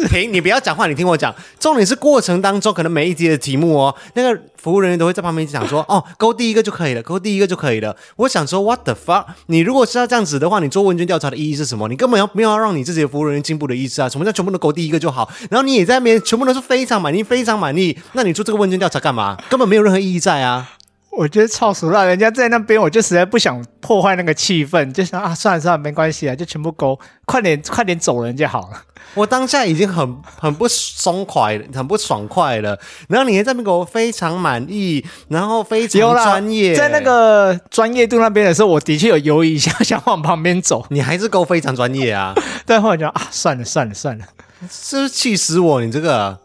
A: 停，你不要讲话，你听我讲。重点是过程当中可能每一集的题目哦，那个服务人员都会在旁边讲说哦勾第一个就可以了，勾第一个就可以了。我想说 what the fuck？你如果是要这样子的话，你做问卷调查的意义是什么？你根本要没有要让你自己的服务人员进步的意思啊？什么叫全部都勾第一个就好？然后你也在那边全部都是非常满意，非常满意。那你做这个问卷调查干嘛？根本没有任何意义在啊！
B: 我觉得超熟了，人家在那边，我就实在不想破坏那个气氛，就想啊，算了算了，没关系啊，就全部勾，快点快点走人就好了。
A: 我当下已经很很不松快，很不爽快了。然后你还在那边给我非常满意，然后非常
B: 有啦
A: 专业，
B: 在那个专业度那边的时候，我的确有犹豫一下，想往旁边走，
A: 你还是够非常专业啊！
B: 但后来就啊，算了算了算了，
A: 是不是气死我？你这个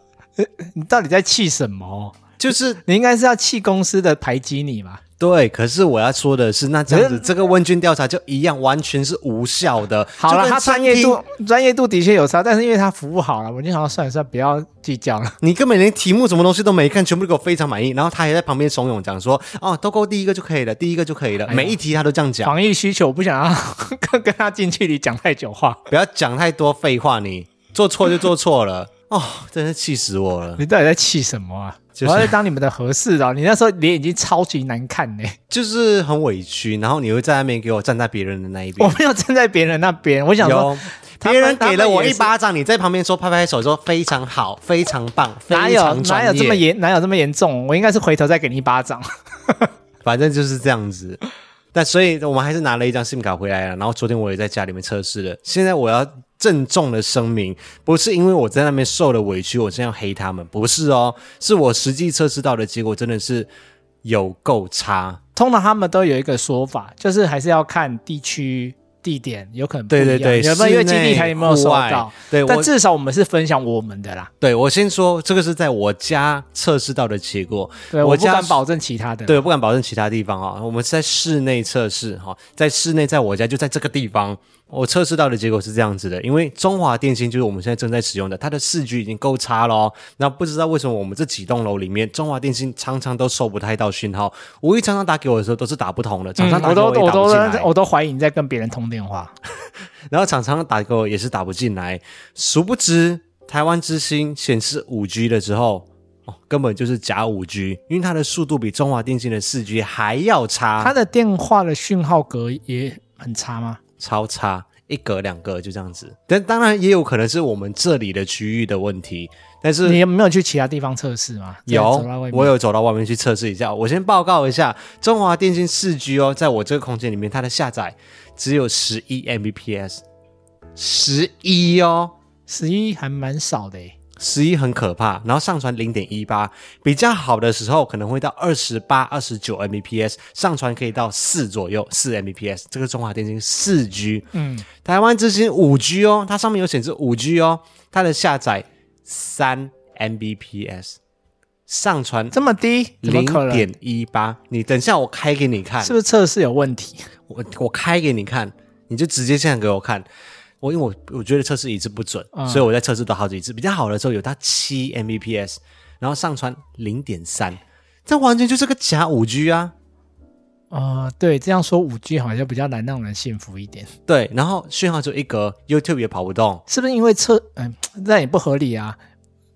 B: 你到底在气什么？
A: 就是
B: 你应该是要气公司的排挤你吧？
A: 对，可是我要说的是，那这样子
B: 可
A: 这个问卷调查就一样，完全是无效的。
B: 好
A: 就
B: 了，
A: 跟
B: 他
A: 餐
B: 专业
A: 厅
B: 度专业度的确有差，但是因为他服务好了，我就想要算了算了，不要计较了。
A: 你根本连题目什么东西都没看，全部都给我非常满意。然后他还在旁边怂恿讲说：“哦，都勾第一个就可以了，第一个就可以了。
B: 哎呀
A: 每一题他都这样讲，
B: 防疫需求，我不想要 [laughs] 跟跟他近距离讲太久话。
A: 不要讲太多废话你，做错就做错了。哦，真是气死我了！
B: 你到底在气什么啊？
A: 就是
B: 我要在当你们的和事佬，你那时候脸已经超级难看呢、
A: 就是很委屈，然后你会在那边给我站在别人的那一
B: 哦我
A: 边。
B: 没有站在别人那边，我想说
A: 有
B: 他
A: 别
B: 们
A: 人给了我一
B: 他们
A: 巴掌，你在旁边说拍拍手说非常好，非常棒，非
B: 哪有
A: 常
B: 哪
A: 专
B: 有
A: 业。
B: 这么严哪有这么严重？我应该是回头再给你一巴掌。
A: 反正就是这样子。但所以我们还是拿了一张 SIM 卡回来了，然后昨天我也在家里面测试了。现在我要郑重的声明，不是因为我在那边受了委屈，我真要黑他们，不是哦，是我实际测试到的结果真的是有够差。
B: 通常他们都有一个说法，就是还是要看地区地点，有可能不一
A: 对
B: 样
A: 对对，
B: 有没有因为基
A: 室内
B: 地台有没有收
A: 户外
B: 到？
A: 对，
B: 但
A: 我
B: 至少我们是分享我们的啦，
A: 对我先说，这个是在我家测试到的结果。
B: 对，
A: 我
B: 我不
A: 家
B: 敢保证其他的。
A: 对，我不敢保证其他地方啊、我们是在室内测试哈、在室内，在我家就在这个地方，我测试到的结果是这样子的。因为中华电信就是我们现在正在使用的，它的视距已经够差咯。那不知道为什么我们这几栋楼里面，中华电信常常都收不太到讯号。无意常常打给我的时候都是打不通的，
B: 嗯
A: 常常打
B: 我
A: 给
B: 都
A: 我也
B: 我
A: 打
B: 都
A: 不进来，
B: 我都怀疑你在跟别人通电话。
A: 然后常常打给我也是打不进来。殊不知，台湾之星显示五 G 的时候。哦，根本就是假五 G，因为它的速度比中华电信的四 G 还要差。
B: 他的电话的讯号格也很差吗？
A: 超差，一格两格就这样子。但当然也有可能是我们这里的区域的问题，但是
B: 你有没有去其他地方测试吗？
A: 有
B: 走到外面
A: 我有走到外面去测试一下。我先报告一下，中华电信四 G 哦，在我这个空间里面，它的下载只有十一 Mbps，十一哦。
B: 十一还蛮少的、欸，
A: 十一很可怕，然后上传零点一八，比较好的时候可能会到二十八、二十九 Mbps，上传可以到四左右，四 Mbps。这个中华电信四 G，
B: 嗯，
A: 台湾之星五 G 哦，它上面有显示五 G 哦，它的下载三 Mbps，上传
B: 这么低，怎么
A: 零
B: 可能？
A: 点一八。你等一下，我开给你看，
B: 是不是测试有问题？ [laughs]
A: 我我开给你看，你就直接现在给我看。我因为我我觉得测试一次不准，
B: 嗯
A: 所以我在测试到好几次。比较好的时候有到七 Mbps，然后上传零点三，这完全就是个假五 G 啊。
B: 呃，对，这样说五 G 好像比较难让人信服一点，
A: 对，然后讯号只有一格，YouTube 也跑不动。
B: 是不是因为测，嗯、那也不合理啊。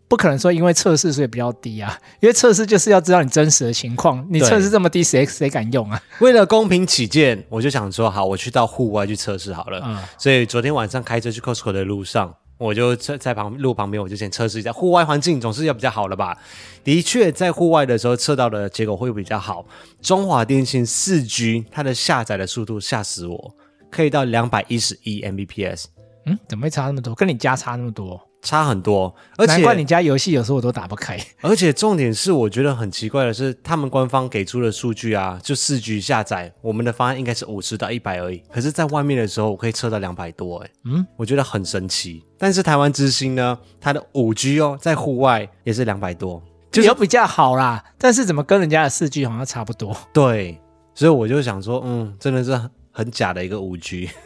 B: 不可能说因为测试所以比较低啊，因为测试就是要知道你真实的情况，你
A: 对
B: 测试这么低，谁谁敢用啊？
A: 为了公平起见，我就想说，好，我去到户外去测试好了。
B: 嗯
A: 所以昨天晚上开车去 Costco 的路上，我就在在旁路旁边，我就先测试一下户外环境，总是要比较好了吧？的确，在户外的时候测到的结果会比较好。中华电信四 G 它的下载的速度吓死我，可以到两百一十一 Mbps，
B: 嗯，怎么会差那么多？跟你家差那么多，
A: 差很多。而且
B: 难怪你家游戏有时候我都打不开。 [laughs]
A: 而且重点是，我觉得很奇怪的是，他们官方给出的数据啊，就四 G 下载，我们的方案应该是五十到一百而已，可是在外面的时候，我可以测到两百多、欸，
B: 嗯，
A: 我觉得很神奇。但是台湾之星呢，它的五 G 哦，在户外也是两百多，就是
B: 有比较好啦，但是怎么跟人家的四 G 好像差不多？
A: 对，所以我就想说，嗯，真的是很假的一个五 G。 [laughs]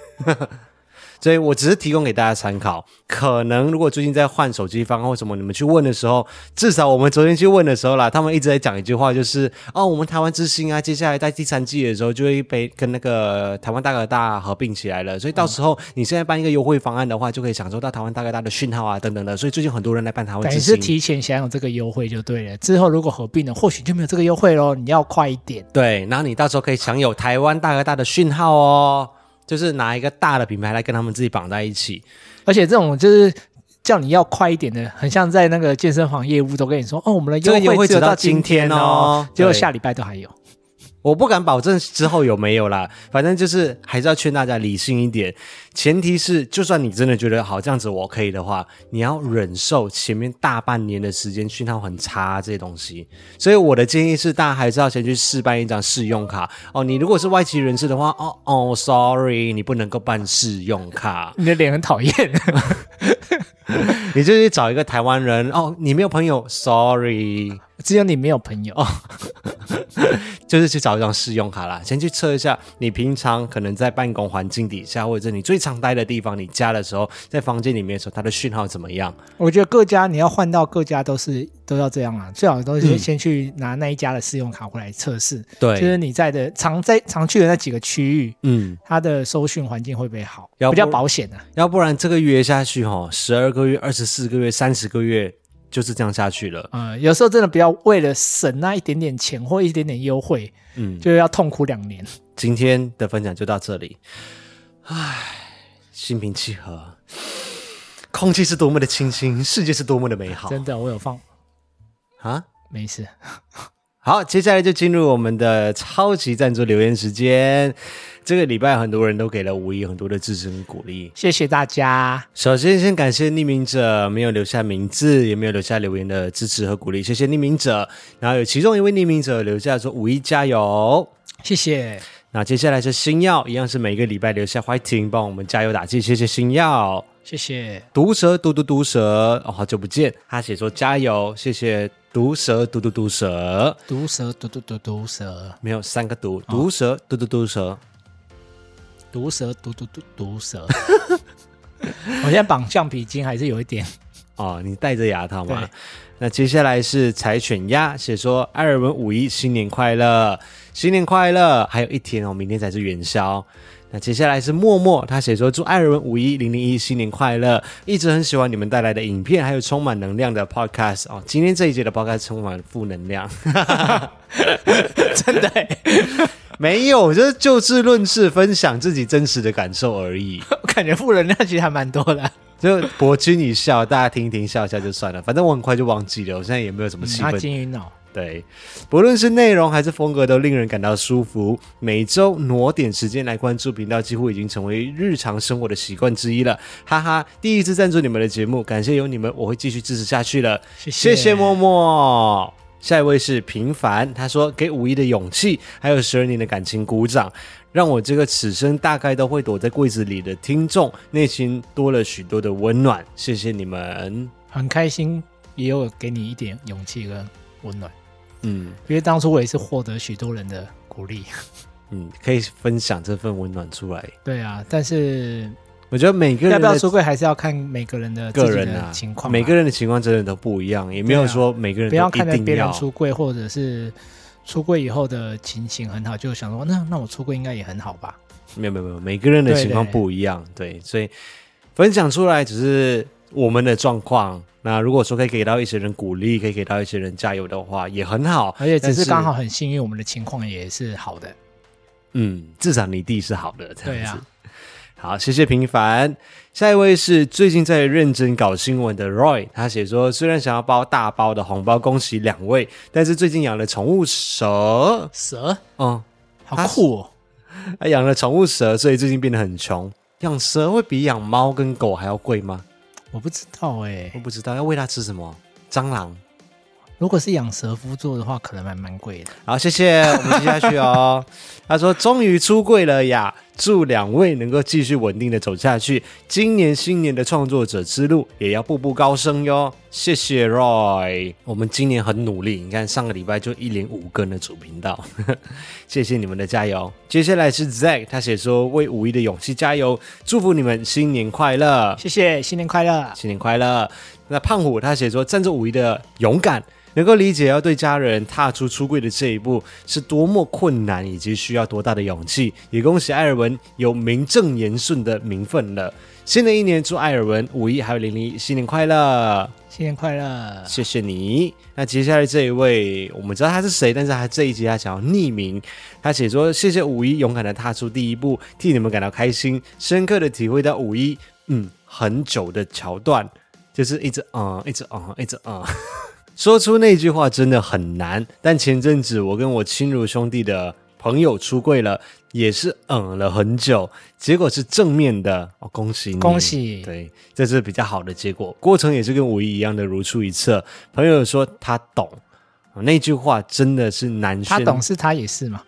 A: 所以我只是提供给大家参考。可能如果最近在换手机方案或什么，你们去问的时候，至少我们昨天去问的时候啦，他们一直在讲一句话，就是哦，我们台湾之星啊，接下来在第三季的时候就会被跟那个台湾大哥大合并起来了，所以到时候你现在办一个优惠方案的话，就可以享受到台湾大哥大的讯号啊等等的。所以最近很多人来办台湾
B: 等于
A: 之
B: 是
A: 星，
B: 提前享有这个优惠就对了。之后如果合并了，或许就没有这个优惠喽。你要快一点，
A: 对，然后你到时候可以享有台湾大哥大的讯号哦，就是拿一个大的品牌来跟他们自己绑在一起。
B: 而且这种就是。叫你要快一点的，很像在那个健身房业务都跟你说，哦，我们的
A: 这个优惠
B: 惠只有
A: 直到今
B: 今
A: 天哦
B: 哦，结果
A: 对
B: 下礼拜都还有。
A: 我不敢保证之后有没有啦，反正就是还是要劝大家理性一点。前提是，就算你真的觉得好这样子我可以的话，你要忍受前面大半年的时间讯号很差这些东西。所以我的建议是，大家还是要先去试办一张试用卡哦。你如果是外籍人士的话，哦哦，sorry，你不能够办试用卡。
B: 你的脸很讨厌， [laughs]
A: 你就去找一个台湾人哦，你没有朋友，sorry，
B: 只有你没有朋友。
A: 就是去找一张试用卡啦，先去测一下你平常可能在办公环境底下，或者是你最常待的地方，你家的时候，在房间里面的时候，它的讯号怎么样？
B: 我觉得各家你要换到各家都是都要这样啊，最好都是先去拿那一家的试用卡回来测试，
A: 对
B: 就是你在的常在常去的那几个区域，
A: 嗯，
B: 它的搜讯环境会不会好，
A: 要不
B: 比较保险啊。
A: 要不然这个约下去哈、哦，十二个月、二十四个月、三十个月，就是这样下去了。
B: 呃，有时候真的不要为了省那一点点钱或一点点优惠，
A: 嗯，
B: 就要痛苦两年。
A: 今天的分享就到这里，唉，心平气和，空气是多么的清新，世界是多么的美好
B: 真的，我有放，
A: 啊！
B: 没事。
A: 好，接下来就进入我们的超级赞助留言时间。这个礼拜很多人都给了五一很多的支持跟鼓励。
B: 谢谢大家，
A: 首先，先感谢匿名者没有留下名字，也没有留下留言的支持和鼓励，谢谢匿名者。然后有其中一位匿名者留下说：“五一加油。”
B: 谢谢。
A: 那接下来是星耀，一样是每个礼拜留下欢迎，帮我们加油打气，谢谢星耀。
B: 谢谢，
A: 毒蛇毒毒毒蛇，哦，好久不见，他写说加油，谢谢毒蛇毒毒毒蛇，
B: 毒蛇，毒毒毒毒蛇，
A: 没有三个毒，毒蛇毒毒毒蛇。
B: 毒蛇，毒毒毒毒蛇。 [laughs] 我现在绑橡皮筋还是有一点。 [laughs]
A: 哦，你戴着牙套嘛
B: 对？
A: 那接下来是柴犬鸭写说：“艾尔文五一新年快乐，新年快乐！还有一天哦，明天才是元宵。”那接下来是默默，他写说：“祝艾尔文五一零零一新年快乐！一直很喜欢你们带来的影片，还有充满能量的 podcast 哦。今天这一节的 podcast 充满负能量，
B: 真的欸、
A: 没有，就是就事论事，分享自己真实的感受而已。”
B: 我感觉负能量其实还蛮多的啊。
A: 就博君一笑，大家听一听笑一笑就算了，反正我很快就忘记了，我现在也没有什么气
B: 啊，
A: 氛
B: 金鱼脑，
A: 对，不论是内容还是风格，都令人感到舒服。每周挪点时间来关注频道，几乎已经成为日常生活的习惯之一了，哈哈！第一次赞助你们的节目，感谢有你们，我会继续支持下去了。
B: 谢
A: 谢谢默默。下一位是平凡，他说给五一的勇气，还有十二年的感情鼓掌，让我这个此生大概都会躲在柜子里的听众，内心多了许多的温暖。谢谢你们，
B: 很开心，也有给你一点勇气跟温暖，
A: 嗯
B: 因为当初我也是获得许多人的鼓励。
A: 嗯，可以分享这份温暖出来。
B: 对啊，但是
A: 我觉得每个人
B: 要
A: 的
B: 不要出柜还是要看每个人的自
A: 个
B: 己
A: 人
B: 的
A: 啊
B: 情况啊、啊
A: 每个人的情况真的都不一样，也没有说每个人
B: 不
A: 都
B: 要
A: 一
B: 看着
A: 定
B: 别
A: 要
B: 人出柜，或者是出柜以后的情形很好，就想说那那我出柜应该也很好吧？
A: 没有没有没有，每个人的情况
B: 对对
A: 不一样，对，所以分享出来只是我们的状况。那如果说可以给到一些人鼓励，可以给到一些人加油的话，也很好。
B: 而且只
A: 但
B: 是刚好，很幸运，我们的情况也是好的。
A: 嗯，至少你弟是好的，这
B: 对
A: 样子
B: 啊。，
A: 好，谢谢平凡。下一位是最近在认真搞新闻的 Roy，他写说，虽然想要包大包的红包恭喜两位，但是最近养了宠物蛇，
B: 蛇
A: 嗯，
B: 好酷哦，
A: 他养了宠物蛇，所以最近变得很穷。养蛇会比养猫跟狗还要贵吗？
B: 我不知道哎、
A: 我不知道，要喂它吃什么？蟑螂。
B: 如果是养蛇夫做的话，可能还蛮贵的。
A: [laughs] 好，谢谢，我们接下去哦。他说：“终于出柜了呀！祝两位能够继续稳定的走下去，今年新年的创作者之路也要步步高升哟。谢谢 Roy，我们今年很努力，你看上个礼拜就一连五更的主频道， [laughs] 谢谢你们的加油。接下来是 Zack，他写说为五一的勇气加油，祝福你们新年快乐。
B: 谢谢，新年快乐。
A: 新年快乐。那胖虎他写说，站着五一的勇敢，能够理解要对家人踏出出柜的这一步是多么困难，以及需要多大的勇气。也恭喜艾尔文有名正言顺的名分了。新的一年，祝艾尔文、五一还有零零一新年快乐，
B: 新年快乐！
A: 谢谢你。那接下来这一位，我们知道他是谁，但是他这一集他想要匿名，他写说：“谢谢五一勇敢的踏出第一步，替你们感到开心，深刻的体会到五一嗯很久的桥段，就是一直嗯，一直嗯，一直嗯。”说出那句话真的很难，但前阵子我跟我亲如兄弟的朋友出柜了，也是嗯了很久，结果是正面的，哦，恭喜你，
B: 恭喜
A: 对，这是比较好的结果，过程也是跟五一一样的如出一辙。朋友说他懂，哦那句话真的是难
B: 他
A: 宣，
B: 懂事，他也是嘛。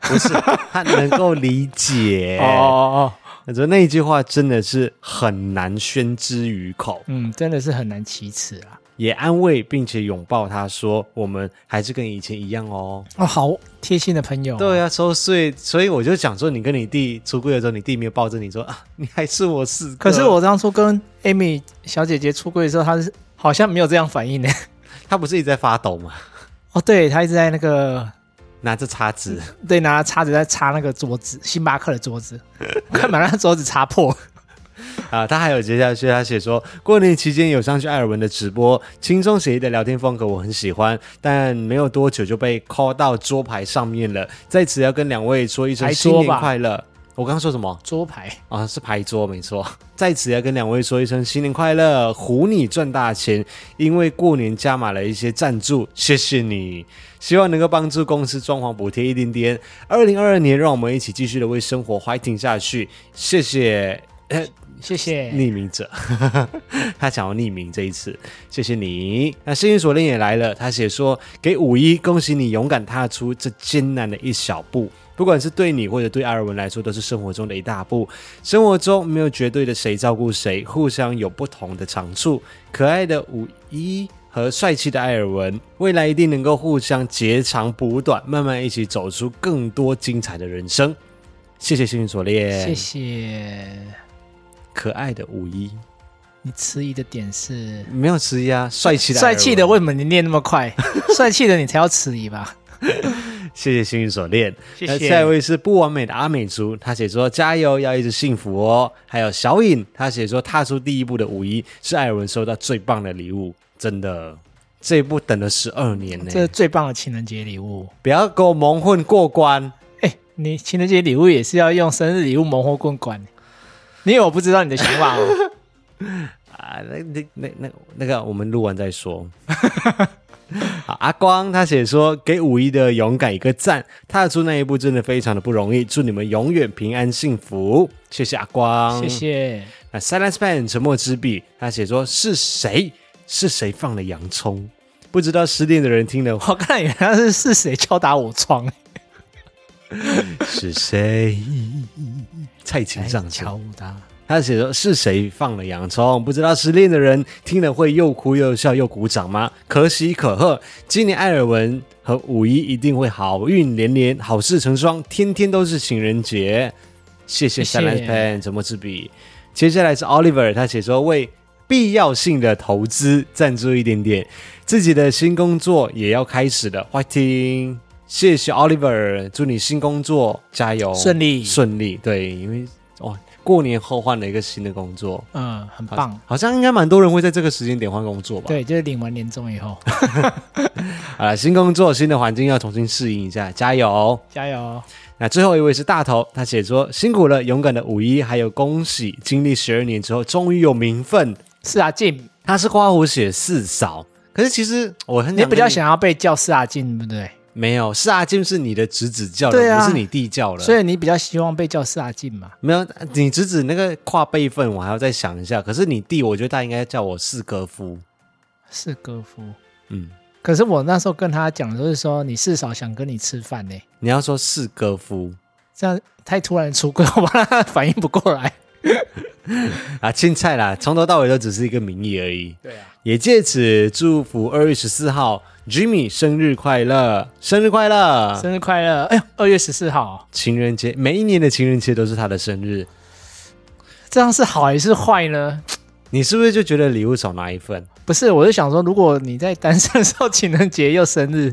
A: 不是 [laughs] 他能够理解。
B: 哦，
A: 我觉得那一句话真的是很难宣之于口，
B: 嗯，真的是很难启齿啊。
A: 也安慰并且拥抱他说，我们还是跟以前一样哦。
B: 哦，好贴心的朋友、
A: 对
B: 啊，
A: 啊，收税，所以我就讲说，你跟你弟出柜的时候，你弟没有抱着你说啊，你还是我四哥。
B: 可是我当初跟 Amy 小姐姐出柜的时候，她是好像没有这样反应呢。 [laughs]
A: 他不是一直在发抖吗？
B: 哦，对，她一直在那个
A: 拿着叉子，
B: 对拿叉子在擦那个桌子，星巴克的桌 [laughs] 子，快把那桌子擦破。
A: 啊，他还有接下去，他写说过年期间有上去艾尔文的直播，轻松写意的聊天风格我很喜欢，但没有多久就被 call 到桌牌上面了，在此要跟两位说一声
B: 牌
A: 新
B: 桌
A: 年
B: 吧
A: 快乐。我刚刚说什么
B: 桌牌，
A: 啊？是牌桌没错， [laughs] 在此要跟两位说一声新年快乐，虎你赚大钱，因为过年加码了一些赞助，谢谢你，希望能够帮助公司装潢补贴一点点。二零二二年，让我们一起继续的为生活 fighting 下去，谢谢。
B: 谢谢。
A: 匿名者， [laughs] 他想要匿名这一次，谢谢你。那幸运锁链也来了，他写说给五一，恭喜你勇敢踏出这艰难的一小步。不管是对你或者对艾尔文来说，都是生活中的一大步。生活中没有绝对的谁照顾谁，互相有不同的长处。可爱的五一和帅气的艾尔文，未来一定能够互相截长补短，慢慢一起走出更多精彩的人生。谢谢幸运锁链，
B: 谢谢。
A: 可爱的五一。
B: 你迟疑的点是
A: 没有迟疑啊，帅气的
B: 帅气的，
A: 问，
B: 为什么你念那么 [laughs] 快？帅气的你才要迟疑吧？
A: 谢谢幸运锁链。
B: 谢
A: 那
B: 谢
A: 下一位是不完美的阿美族，他写说加油，要一直幸福哦。还有小颖，他写说踏出第一步的五一是艾尔文收到最棒的礼物，真的。这一步等了十二年呢、
B: 这是最棒的情人节礼物。
A: 不要给我蒙混过关。
B: 哎、你情人节礼物也是要用生日礼物谋火棍管？你以为我不知道你的想法 [laughs] 哦？
A: 啊，那那那那那个，我们录完再
B: [laughs]
A: 说。好，阿光他写说给五一的勇敢一个赞，踏出那一步真的非常的不容易，祝你们永远平安幸福，谢谢阿光，
B: 谢。谢。
A: 那 Silence Man 沉默之壁，他写说是谁是谁放了洋葱？不知道失恋的人听了
B: 我看原来是是谁敲打我窗，
A: 是谁？ [laughs] 蔡琴上场。
B: 敲打。
A: 他写说是谁放了洋葱？不知道失恋的人听了会又哭又笑又鼓掌吗？可喜可贺，今年艾尔文和五一一定会好运连连，好事成双，天天都是情人节。谢谢
B: 谢
A: s
B: 谢
A: i l e n c Pen 怎么之笔。接下来是 Oliver，他写说为必要性的投资赞助一点点，自己的新工作也要开始了，欢迎。谢谢 Oliver，祝你新工作加油
B: 顺利
A: 顺利。对，因为哦，过年后换了一个新的工作，
B: 嗯，很
A: 好
B: 棒。
A: 好像应该蛮多人会在这个时间点换工作吧？，
B: 对，就是领完年终以 [laughs] 后，
A: 好了，新工作、新的环境要重新适应一下，加油！
B: 加油！哦
A: 那最后一位是大头，他写说辛苦了，勇敢的五一，还有恭喜，经历十二年之后，终于有名分。
B: 是啊，静，
A: 他是花虎写四嫂，可是其实我很
B: 你比较
A: 想
B: 想要被叫是啊，静，对不对？
A: 没有是阿金是你的侄子叫
B: 对
A: 的，
B: 啊
A: 不是你弟叫了，
B: 所以你比较希望被叫是啊，静嘛？
A: 没有，你侄子那个跨辈分，我还要再想一下。可是你弟，我觉得他应该叫我四哥夫。
B: 是哥夫。
A: 嗯，
B: 可是我那时候跟他讲，就是说你至少想跟你吃饭呢、
A: 你要说四哥夫，
B: 这样太突然出柜，我怕他反应不过来。
A: 啊，青菜啦，从头到尾都只是一个名义而已。
B: 对啊，
A: 也借此祝福二月十四号 Jimmy 生日快乐，生日快乐！
B: 生日快乐！哎呦，二月十四号，
A: 情人节，每一年的情人节都是他的生日，
B: 这样是好还是坏呢？
A: 你是不是就觉得礼物少拿一份？
B: 不是，我是想说，如果你在单身的时候，情人节又生 [laughs] 日，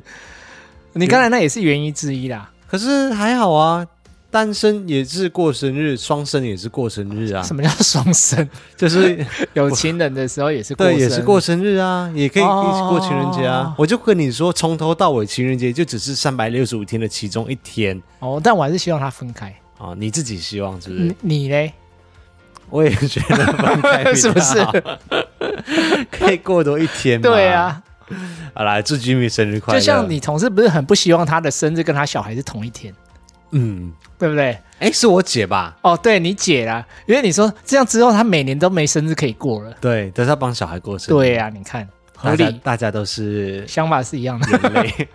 B: 你刚才那也是原因之一啦。
A: 可是还好啊，单身也是过生日，双生也是过生日啊，
B: 什么叫双 [laughs] 生？
A: 就是
B: 有情人的时候也是过生
A: 对，也
B: 日，
A: 是过生日啊，也可以一起过情人节啊。
B: 哦
A: 我就跟你说，从头到尾情人节就只是三百六十五天的其中一天
B: 哦，但我还是希望他分开。
A: 啊，你自己希望是不是？
B: 你你嘞？
A: 我也觉得分开比较好
B: [laughs] 是不是？
A: [laughs] 可以过多一天嘛
B: 对，啊，
A: 好啦，祝 Jimmy 生日快乐。
B: 就像你，同事不是很不希望他的生日跟他小孩是同一天，
A: 嗯，
B: 对不对？
A: 哎，是我姐吧？
B: 哦，对你姐啦，因为你说这样之后他每年都没生日可以过了。
A: 对，都是要帮小孩过生日。
B: 对呀、啊，你看合
A: 大家
B: 理
A: 大家都是
B: 想法是一样的。
A: 人类， [laughs]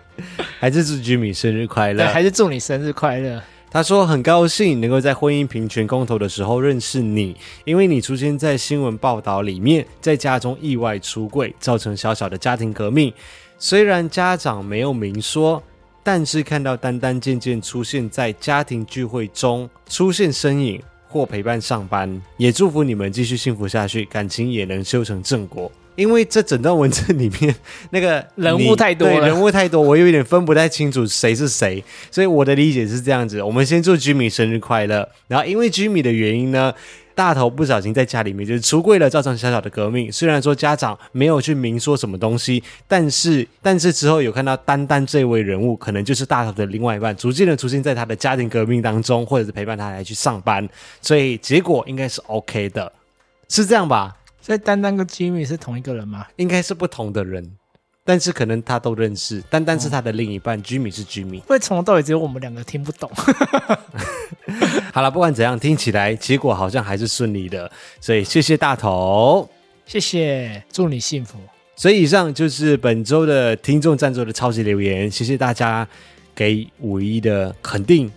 A: 还是祝 Jimmy 生日快
B: [laughs] 对，啊
A: 乐。
B: 还是祝你生日快乐。
A: 他说很高兴能够在婚姻平权公投的时候认识你，因为你出现在新闻报道里面，在家中意外出柜，造成小小的家庭革命。虽然家长没有明说，但是看到丹丹渐渐出现在家庭聚会中出现身影或陪伴上班，也祝福你们继续幸福下去，感情也能修成正果。因为这整段文字里面那个
B: [laughs] 人物
A: 你
B: 太多
A: 对
B: 了
A: 人物太多，我有一点分不太清楚谁是谁。所以我的理解是这样子：我们先祝 Jimmy 生日快乐，然后因为 Jimmy 的原因呢，大头不小心在家里面就是出柜了，造成小小的革命。虽然说家长没有去明说什么东西，但是但是之后有看到丹丹这位人物，可能就是大头的另外一半，逐渐的出现在他的家庭革命当中，或者是陪伴他来去上班，所以结果应该是 OK 的，是这样吧？
B: 所以丹丹跟 Jimmy 是同一个人吗？
A: 应该是不同的人。但是可能他都认识，丹丹是他的另一半、j i m m y 是 Jimmy，
B: 会不会从头到尾只有我们两个听不懂？
A: 好了，不管怎样，听起来结果好像还是顺利的，所以谢谢大头。
B: 谢谢，祝你幸福。
A: 所以以上就是本周的听众赞助的超级留言，谢谢大家给五一的肯定，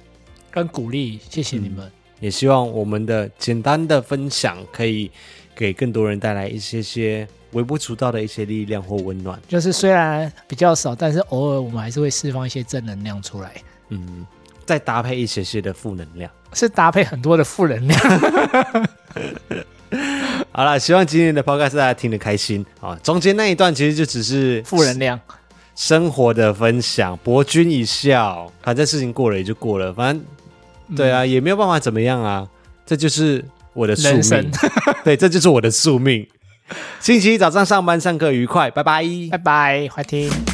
B: 跟鼓励，谢谢你们。
A: 也希望我们的简单的分享可以给更多人带来一些些微不足道的一些力量或温暖。
B: 就是虽然比较少，但是偶尔我们还是会释放一些正能量出来，
A: 嗯，再搭配一些些的负能量。
B: 是搭配很多的负能量。
A: 好了，希望今天的 podcast 大家听得开心啊！中间那一段其实就只是
B: 负能量，
A: 生活的分享，博君一笑。反正事情过了也就过了，反正对啊，也没有办法怎么样啊。这就是我的宿
B: 人
A: 命
B: 生，
A: 对，这就是我的宿命。星期一早上上班上课愉快，拜拜
B: 拜拜，欢迎听。